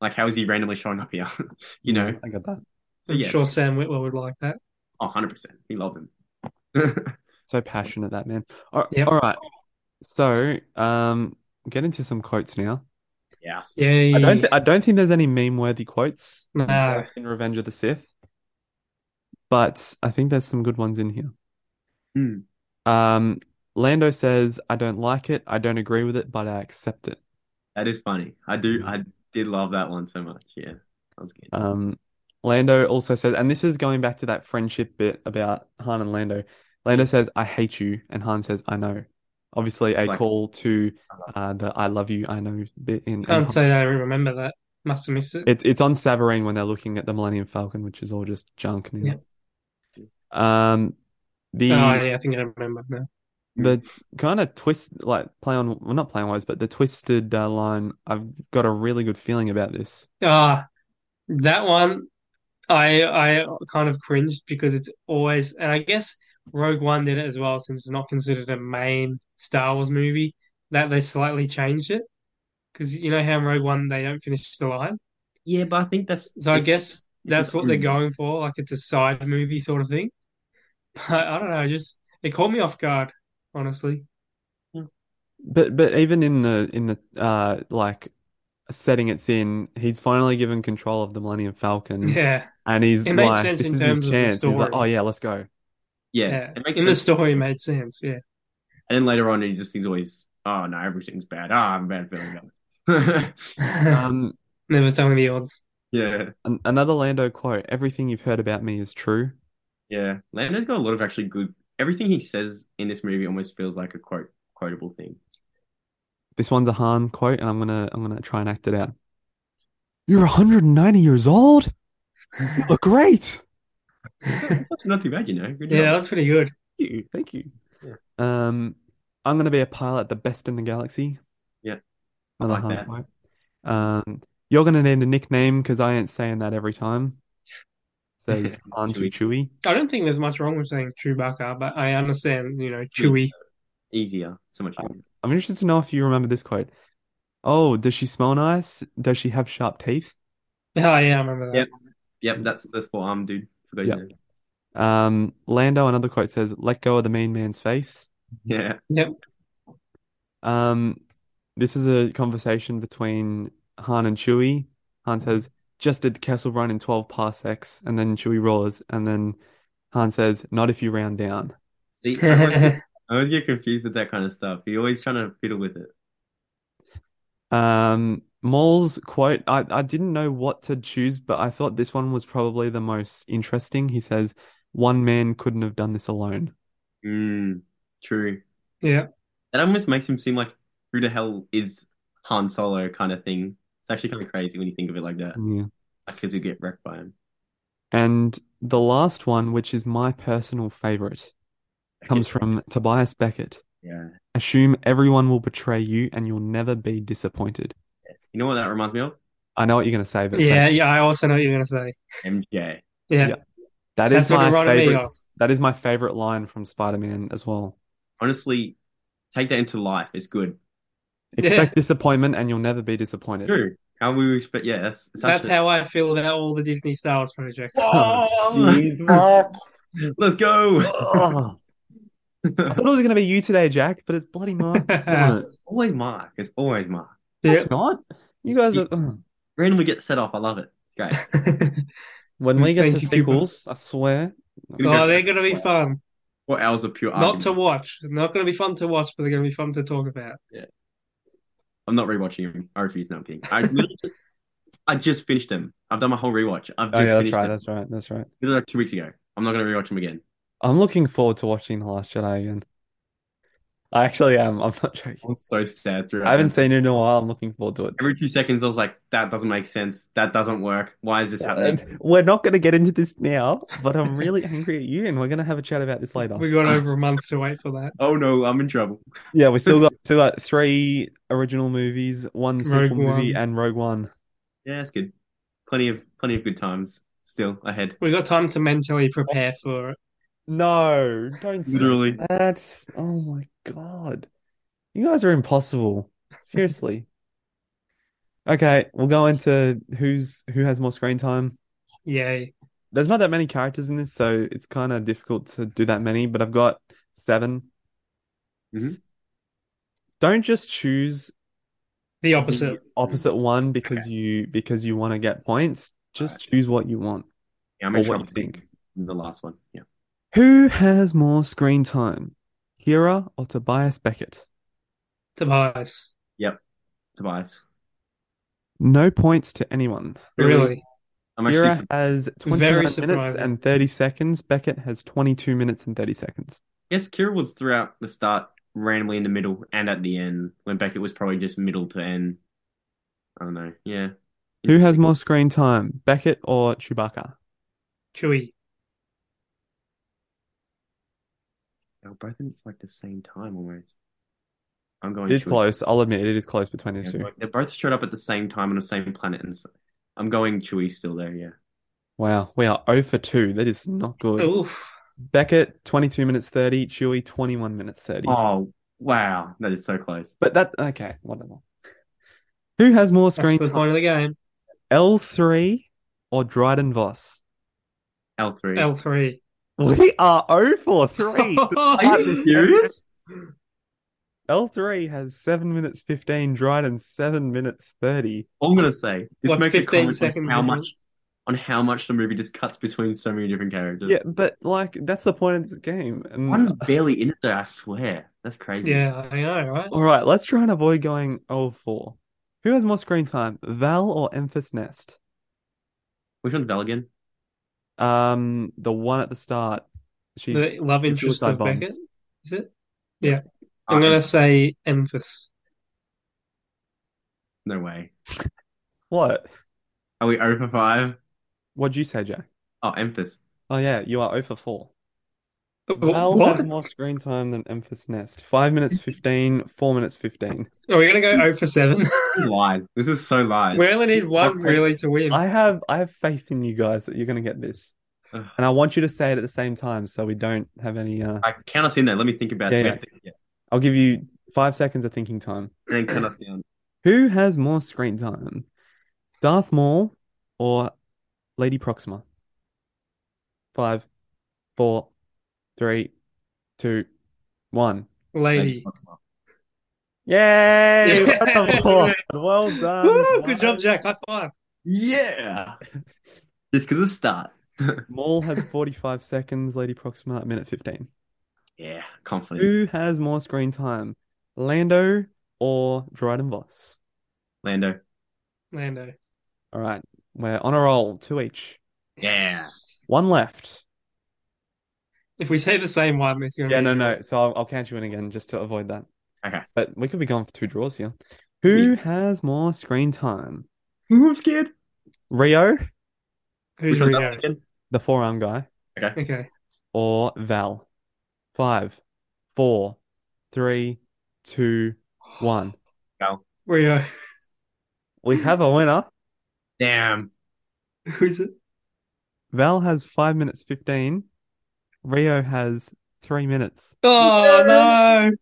Like, how is he randomly showing up here? (laughs) you know? I got that. So Hmm. I'm yeah. sure Sam Whitwell would like that. Oh, 100%. We love (laughs) him. So passionate, that man. All, Yep. all right. So, um, get into some quotes now. yes. Yay! I don't, th- I don't think there's any meme-worthy quotes No. in Revenge of the Sith, but I think there's some good ones in here. Hmm. Um, Lando says, "I don't like it. I don't agree with it, but I accept it." That is funny. I do. I did love that one so much. Yeah. That was good. Um, Lando also says, and this is going back to that friendship bit about Han and Lando. Lando says, "I hate you," and Han says, "I know." Obviously, a It's like- call to uh, the "I love you, I know" bit in Empire. Can't say I remember that. Must have missed it. It's it's on Savareen when they're looking at the Millennium Falcon, which is all just junk now. Um, The Oh yeah, I think I remember now. the kind of twist, like play on, well, not play on words, but the twisted uh, line. I've got a really good feeling about this. Ah, that one I I kind of cringed because it's always and I guess Rogue One did it as well since it's not considered a main Star Wars movie that they slightly changed it because you know how in Rogue One they don't finish the line Yeah, but I think that's so I just- guess that's its what they're own- going for like it's a side movie sort of thing (laughs) but I don't know just it caught me off guard honestly But but even in the in the uh like setting it's in, he's finally given control of the Millennium Hmm. Falcon, yeah and he's It made like, sense "This in is his terms of the chance." He's like, story. "Oh yeah, let's go." yeah, yeah it makes in the sense. story it made sense (laughs) yeah And then later on, he just thinks always, oh no, everything's bad. Ah, I'm bad feeling about it. Uh, Um, (laughs) never tell me the odds (laughs) yeah, an- another Lando quote: "Everything you've heard about me is true." yeah. Lando's got a lot of actually good. Everything he says in this movie almost feels like a quote, quotable thing. (laughs) This one's a Han quote, and I'm gonna I'm gonna try and act it out. You're 190 years old. You (laughs) look great. That's not too bad, you know. Good yeah that job. was pretty good Thank you. Thank you. Um, I'm gonna be a pilot, the best in the galaxy. Yeah. I Another like hard that. part. Um, you're gonna need a nickname because I ain't saying that every (laughs) time. Says Han to Chewie. I don't think there's much wrong with saying Chewbacca, but I understand, you know, Chewy. Easier, so much easier. I'm interested to know if you remember this quote. Oh, does she smell nice? Does she have sharp teeth? Oh yeah, (laughs) I remember that. Yep, that's the forearm dude. For those Yep. who know. Um, Lando, another quote says, "Let go of the mean man's face." Yeah. Um, this is a conversation between Han and Chewie. Han says, "Just did the Kessel Run in 12 parsecs," and then Chewie roars, and then Han says, "Not if you round down." (laughs) See, I always, I always get confused with that kind of stuff. You're always trying to fiddle with it. Um, Maul's quote, I, I didn't know what to choose, but I thought this one was probably the most interesting. He says, "One man couldn't have done this alone." Mm, true. yeah, That almost makes him seem like who the hell is Han Solo kind of thing. It's actually kind of crazy when you think of it like that, Yeah. because you get wrecked by him. And the last one, which is my personal favorite, comes from Tobias Beckett. Yeah. Assume everyone will betray you and you'll never be disappointed. You know what that reminds me of? I know what you're going to say, but say- yeah, yeah. I also know what you're gonna say. MJ. Yeah, Yeah. that is that's what it my reminded me favorite. of. That is my favorite line from Spider-Man as well. Honestly, take that into life. It's good. Expect disappointment and you'll never be disappointed. (laughs) True. How we expect? Yeah, that's such that's a- how I feel about all the Disney Star Wars projects. (laughs) Oh, Let's go. Oh, I thought it was going to be you today, Jack, but it's bloody Mark. It's (laughs) not. always Mark. It's always Mark. Yeah. It's not. You guys are. ugh. Randomly get set off. I love it. Great. (laughs) When we get Mm, Thank to you, Cooper. sequels, I swear. oh, they're gonna be fun. Four hours of pure Not argument. to watch. Not gonna be fun to watch, but they're gonna be fun to talk about. I'm not rewatching him. I refuse. No, I'm kidding. I, literally- (laughs) I just finished him. I've done my whole rewatch. I've Oh, just yeah, that's finished right. him. That's right. That's right. It was like two weeks ago. I'm not going to rewatch him again. I'm looking forward to watching The Last Jedi again. I actually am. I'm not (laughs) joking. I'm so sad. throughout I haven't that. seen it in a while. I'm looking forward to it. Every two seconds, I was like, that doesn't make sense. That doesn't work. Why is this (laughs) happening? Um, We're not going to get into this now, but I'm (laughs) really angry at you, and we're going to have a chat about this later. We got over a month to wait for that. Oh no, I'm in trouble. Yeah, we (laughs) still got still got three original movies, one sequel Rogue movie, One. and Rogue One. Yeah, that's good. Plenty of plenty of good times still ahead. We got time to mentally prepare for it. No, don't say Literally. that. Oh my God. You guys are impossible. (laughs) Seriously. Okay, we'll go into who's who has more screen time. Yay! There's not that many characters in this, so it's kind of difficult to do that many, but I've got 7 Mhm. Don't just choose The the opposite. opposite one because you because you want to get points. Just Alright. choose what you want Yeah, I'm or in what you trouble. think. in The last one. Yeah. Who has more screen time? Kira or Tobias Beckett? Tobias. Tobias. No points to anyone. Really? I'm actually Kira sur- has Very 29 minutes surprising. and 30 seconds. Beckett has 22 minutes and 30 seconds. yes, Kira was throughout the start, randomly in the middle, and at the end. When Beckett was probably just middle to end. I don't know. Yeah. Mm-hmm. Who has more screen time, Beckett or Chewbacca? Chewy. They were both in like the same time almost. I'm going. It is Schwarzenegger. close. I'll admit it is close between these two. They both showed up at the same time on the same planet, and s- I'm going Chewie still there. Yeah, Wow, we are 0 for 2. That is not good. Oof. Beckett, 22 minutes 30. Chewy, 21 minutes 30. Oh wow, that is so close. But that, okay, whatever. Who has more That's screen the time? point of the game. L3 or Dryden Voss? (laughs) L three. L three. We are 0 for (laughs) 3. (laughs) Are you serious? L3 has 7 minutes 15. Dryden, 7 minutes 30. All I'm gonna say this What's makes a 15 comment on seconds how different? much on how much the movie just cuts between so many different characters. Yeah, but like, that's the point of this game. And- One's barely in it though, I swear. That's crazy. Yeah, I know, right? (sighs) All right, let's try and avoid going 0 4. Who has more screen time, Val or Emphas Nest? Which one's Valigan? Um, the one at the start. She The love she interest suicide of bombs. Beckett, is it? I'm Oh, gonna say Emphas. No way. What? Are we over five? What'd you say, Jack? Oh, Emphas. Oh yeah, you are 0 for 4. Val What? has more screen time than Emphas Nest. Five minutes fifteen, four minutes fifteen. Are we gonna go 0 for (laughs) seven? This is lies. This is so lies. we only need one really to win. I have I have faith in you guys that you're gonna get this. Ugh. And I want you to say it at the same time so we don't have any uh I count us in there. Let me think about Yeah, it. We yeah. have to- yeah. I'll give you five seconds of thinking time. And then count us down. Who has more screen time? Darth Maul or Lady Proxima? Five, four, three, two, one. Lady. (laughs) Yay! Yeah. Well done. Well done. Woo, good job, Jack. High five. Yeah. (laughs) Just because of the start. Maul has 45 seconds, Lady Proxima at minute 15. Yeah, confident. Who has more screen time? Lando or Dryden Voss? Lando. Lando. All right, we're on a roll, two each. Yeah. One left. If we say the same one, it's gonna Yeah, be no, (laughs) no. So I'll, I'll count you in again just to avoid that. Okay. But we could be going for two draws here. Who has more screen time? Ooh, I'm scared. Rio, Who's Which one's Rio? Valigan? the forearm guy, Okay. or Val? Five, four, three, two, one. (laughs) Rio. We have a winner. Damn. Who's it? Val has five minutes 15. Rio has three minutes. Oh no.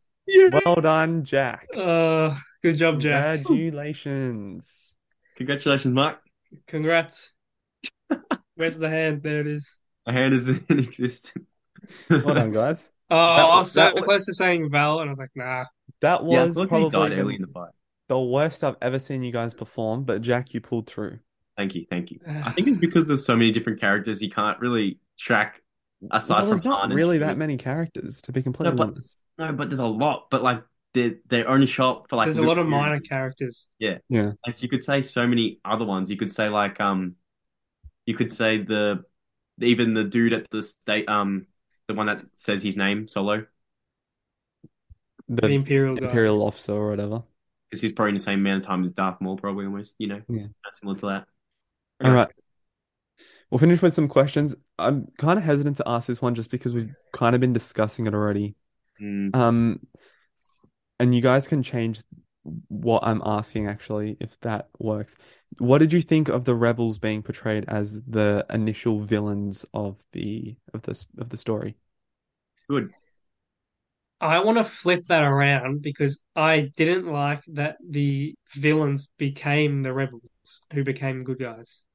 Well done, Jack. Uh, good job, Jack. Congratulations. Congratulations, Mark. (laughs) Congrats. Where's the hand? There it is. My hand is (laughs) in existence. Well done, guys. Oh, I was was- that so was- close to saying Val, and I was like, nah. That Yeah, was look, he probably died early in the the, fight. the worst I've ever seen you guys perform, but Jack, you pulled through. Thank you, thank you. I think it's because there's so many different characters, you can't really track aside Well, there's from not Han and really Chewie. that many characters, to be completely but- honest. No, but there's a lot. But like they they only show up for like There's a lot of little minor periods. characters. Yeah. Like you could say so many other ones. You could say like um, you could say the even the dude at the state um the one that says his name solo The The Imperial guy. Imperial officer or whatever. because he's probably in the same amount of time as Darth Maul probably almost. You know, Yeah. that's similar to that. All right. We'll finish with some questions. I'm kind of hesitant to ask this one just because we've kind of been discussing it already. Mm, Um, and you guys can change what I'm asking actually, if that works. What did you think of the rebels being portrayed as the initial villains of the of the of the story? good. I want to flip that around because I didn't like that the villains became the rebels who became good guys. (clears throat)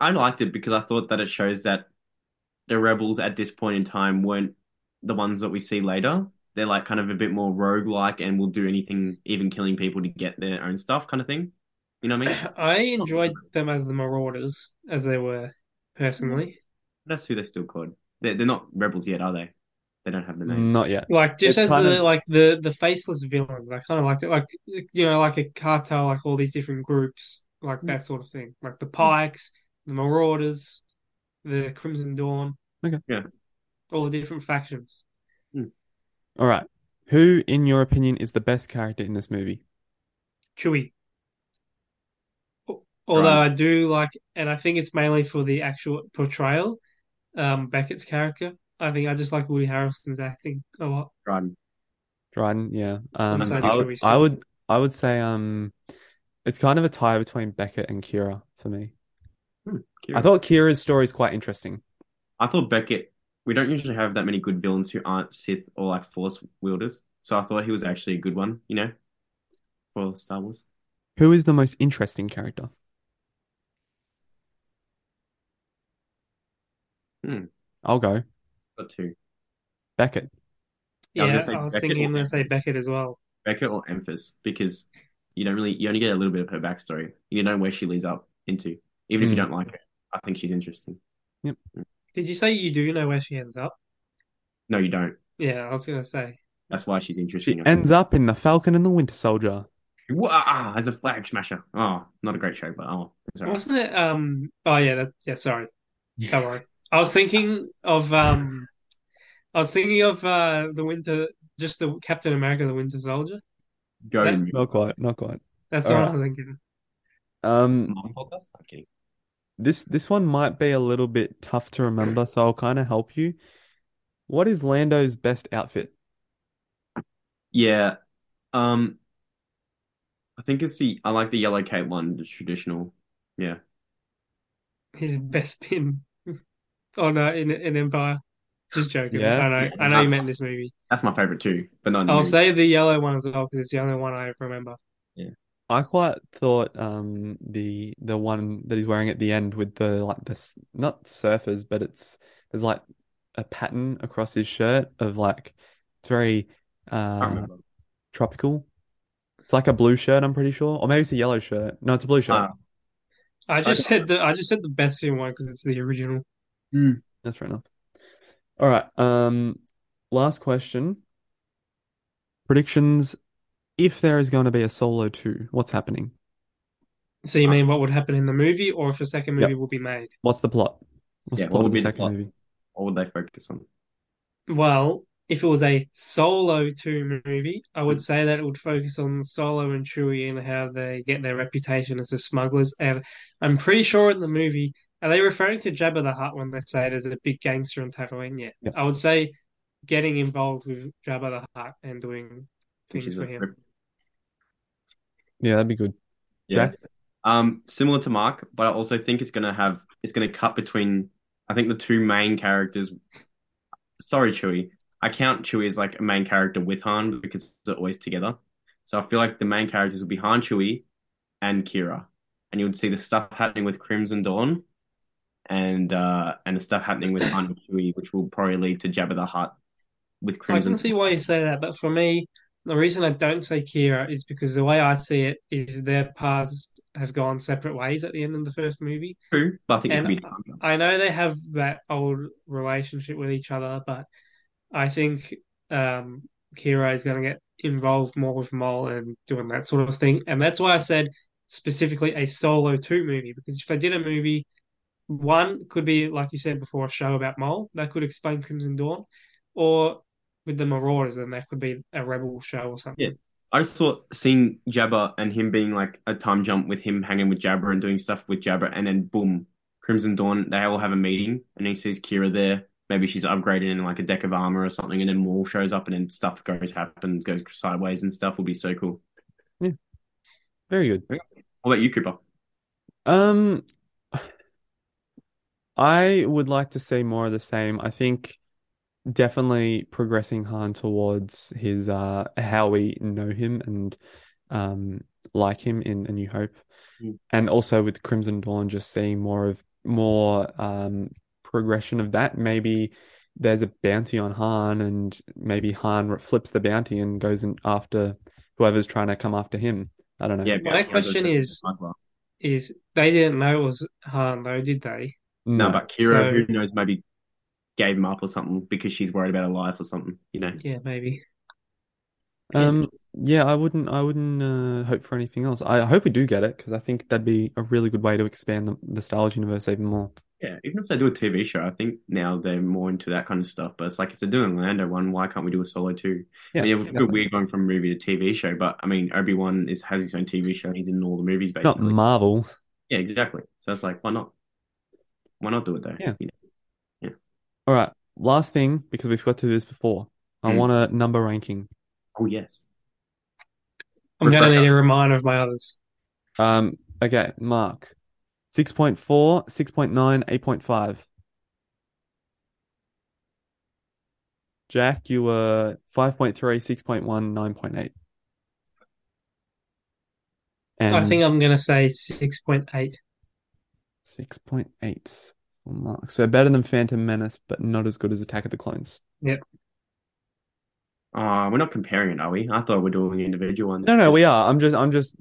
I liked it because I thought that it shows that the rebels at this point in time weren't the ones that we see later. They're like kind of a bit more roguelike and will do anything, even killing people to get their own stuff, kind of thing. You know what I (coughs) mean? I enjoyed them as the marauders, as they were personally. That's who they're still called. They're, they're not rebels yet, are they? They don't have the name. Not yet. Like just It's as kind the of- like the the faceless villains, I kind of liked it. Like you know, like a cartel, like all these different groups, like that sort of thing. Like the Pikes, the Marauders, the Crimson Dawn. Okay. Yeah. All the different factions. All right. Who, in your opinion, is the best character in this movie? Chewy. Although I do like, and I think it's mainly for the actual portrayal, um, Beckett's character. I think I just like Woody Harrelson's acting a lot. Dryden. Dryden, yeah. Um, Homicide I, Fury would, still. I would, I would say, um, it's kind of a tie between Beckett and Kira for me. Hmm, Kira. I thought Kira's story is quite interesting. I thought Beckett. We don't usually have that many good villains who aren't Sith or like Force wielders, so I thought he was actually a good one. You know, for Star Wars. Who is the most interesting character? Hmm. I'll go Got two. Beckett. Yeah, I'm gonna Yeah, say I was Beckett thinking or I'm going to say Emphas. Beckett as well. Beckett or Emphas because you don't really you only get a little bit of her backstory. You know where she leads up into, even if you Mm. don't like her. I think she's interesting. Did you say you do know where she ends up? No, you don't. Yeah, I was going to say. That's why she's interesting. She ends up in The Falcon and the Winter Soldier. Wah, ah, as a flag smasher. Oh, not a great show, but oh, it's all right. Wasn't it? Um. Oh yeah. That, yeah. Sorry. Don't worry. I was thinking of um. I was thinking of uh the winter, just the Captain America, the Winter Soldier. Go. that- and- Not quite, not quite. That's All what right. I was thinking. Um, Mom podcast? Not kidding. this this one might be a little bit tough to remember, so I'll kind of help you. What is Lando's best outfit? Yeah. Um, I think it's the I like the yellow cape one, the traditional. Yeah. His best pin. (laughs) oh no! In in Empire. Just joking. Yeah. I know. I know you meant this movie. That's my favorite too, but not in the I'll movie. say the yellow one as well because it's the only one I remember. I quite thought um the the one that he's wearing at the end with the like this not surfers but it's there's like a pattern across his shirt of like it's very I uh can't remember. tropical. It's like a blue shirt, I'm pretty sure, or maybe it's a yellow shirt. No, it's a blue shirt. Ah. I just said the I just said the best pin one because it's the original. That's fair enough. All right. Um, last question. Predictions. If there is going to be a solo two, what's happening? So you mean what would happen in the movie, or if a second movie will be made? What's the plot? What's Yeah, the what plot would of the be the second plot? movie? What would they focus on? Well, if it was a solo two movie, I would Mm. say that it would focus on Solo and Chewie and how they get their reputation as the smugglers. And I'm pretty sure in the movie, are they referring to Jabba the Hutt when they say there's a big gangster in Tatooine? Yeah, Yeah. I would say getting involved with Jabba the Hutt and doing Which things is for a- him. Yeah, that'd be good. Yeah. Jack? Um, similar to Mark, but I also think it's gonna have it's gonna cut between I think the two main characters. Sorry, Chewie. I count Chewie as like a main character with Han because they're always together. So I feel like the main characters would be Han, Chewie, and Kira, and you would see the stuff happening with Crimson Dawn, and uh, and the stuff happening with Han and Chewie, which will probably lead to Jabba the Hutt with I Crimson. can see why you say that, but for me, the reason I don't say Kira is because the way I see it is their paths have gone separate ways at the end of the first movie. True, but I think it And could be timed. I know they have that old relationship with each other, but I think um, Kira is going to get involved more with Maul and doing that sort of thing. And that's why I said specifically a solo two movie, because if I did a movie, one could be, like you said before, a show about Maul that could explain Crimson Dawn, or with the Marauders, then that could be a Rebel show or something. Yeah. I just thought seeing Jabba and him being like a time jump with him hanging with Jabba and doing stuff with Jabba, and then boom, Crimson Dawn, they all have a meeting, and he sees Kira there. Maybe she's upgraded in like a deck of armor or something, and then Maul shows up, and then stuff goes happens, goes sideways, and stuff will be so cool. Very good. What about you, Cooper? Um, I would like to see more of the same. I think definitely progressing Han towards his uh how we know him and um like him in A New Hope. Mm. And also with Crimson Dawn, just seeing more of more um progression of that. Maybe there's a bounty on Han and maybe Han flips the bounty and goes in after whoever's trying to come after him. I don't know. Yeah, My Bounty Hunters question versus is- Smuggler. Is they didn't know it was Han though, did they? no, No. but Kira, So- who knows, maybe gave him up or something because she's worried about her life or something. You know, Yeah, maybe. Um, yeah, I wouldn't, I wouldn't uh, hope for anything else. I hope we do get it because I think that'd be a really good way to expand the, the Star Wars universe even more. yeah. Even if they do a TV show, I think now they're more into that kind of stuff. But it's like if they're doing a Lando one, why can't we do a solo too? Yeah, I mean, it would feel definitely. weird going from movie to TV show, but I mean, Obi Wan is has his own TV show. He's in all the movies, It's not basically. Marvel. yeah, exactly. So it's like, why not? Why not do it though? Yeah. You know? All right, last thing, because we forgot to do this before, I Hmm. want a number ranking. Oh yes. I'm going to Refresh need a us. reminder of my others. Um, okay, Mark. 6.4, 6.9, 8.5. Jack, you were 5.3, 6.1, 9.8. And I think I'm going to say 6.8. 6.8 for Mark. So better than Phantom Menace, but not as good as Attack of the Clones. Uh, we're not comparing it, are we? I thought we are doing individual ones. No, no, we are. I'm just I'm just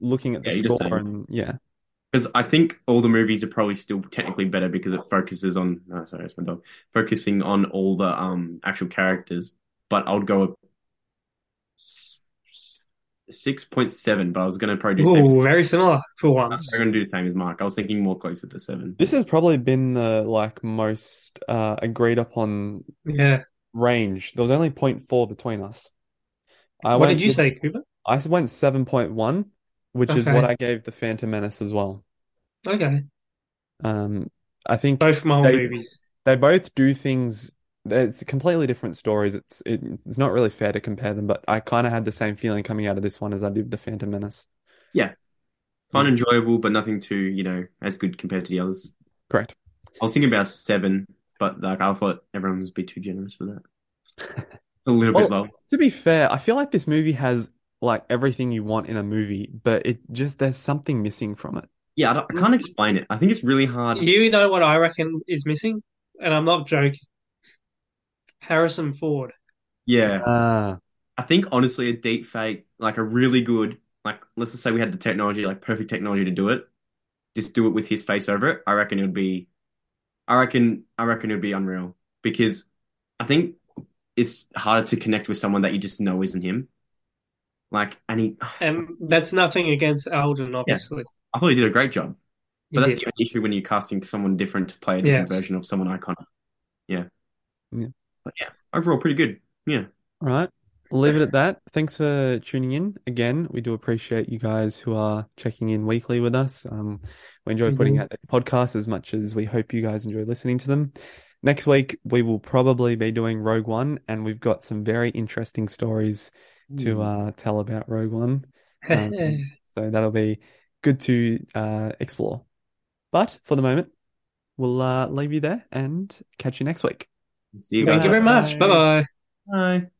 looking at the Yeah, you're just score saying. and yeah. Because I think all the movies are probably still technically better because it focuses on. Oh, sorry, that's my dog. Focusing on all the um actual characters, but I would go six point seven. But I was gonna probably do Ooh, same. very similar for I'm once. gonna do the same as Mark. I was thinking more closer to seven. This has probably been the like most uh agreed upon Yeah. range. There was only 0.4 between us. I what went did you with- say, Cooper? I went 7.1, which is Okay. what I gave the Phantom Menace as well. Okay. Um, I think Both Marvel They- movies. they both do things. It's completely different stories. It's it, it's not really fair to compare them, but I kind of had the same feeling coming out of this one as I did the Phantom Menace. Fun, enjoyable, but nothing too you know as good compared to the others. Correct. I was thinking about seven, but like I thought everyone was a bit too generous for that. A little bit Well- low. To be fair, I feel like this movie has like everything you want in a movie, but it just there's something missing from it. Yeah, I, don't- I can't explain it. I think it's really hard. You know what I reckon is missing? And I'm not joking. Harrison Ford. Yeah. Ah, I think honestly, a deep fake, like a really good, like let's just say we had the technology, like perfect technology to do it, just do it with his face over it. I reckon it would be, I reckon, I reckon it would be unreal because I think it's harder to connect with someone that you just know isn't him. Like, and he, And that's nothing against Alden, obviously. I thought he did a great job, but He that's did. the only issue when you're casting someone different to play a different Yes. version of someone iconic. Yeah. Yeah. But yeah, overall pretty good. Yeah. all right. I'll leave it at that. Thanks for tuning in again. We do appreciate you guys who are checking in weekly with us. Um, we enjoy putting Mhm. out the podcasts as much as we hope you guys enjoy listening to them. Next week we will probably be doing Rogue One, and we've got some very interesting stories (laughs) (laughs) to uh, tell about Rogue One. Um, So that'll be good to uh, explore. But for the moment, we'll uh, leave you there and catch you next week. See you Thank guys. you very much. Bye. Bye bye. Bye.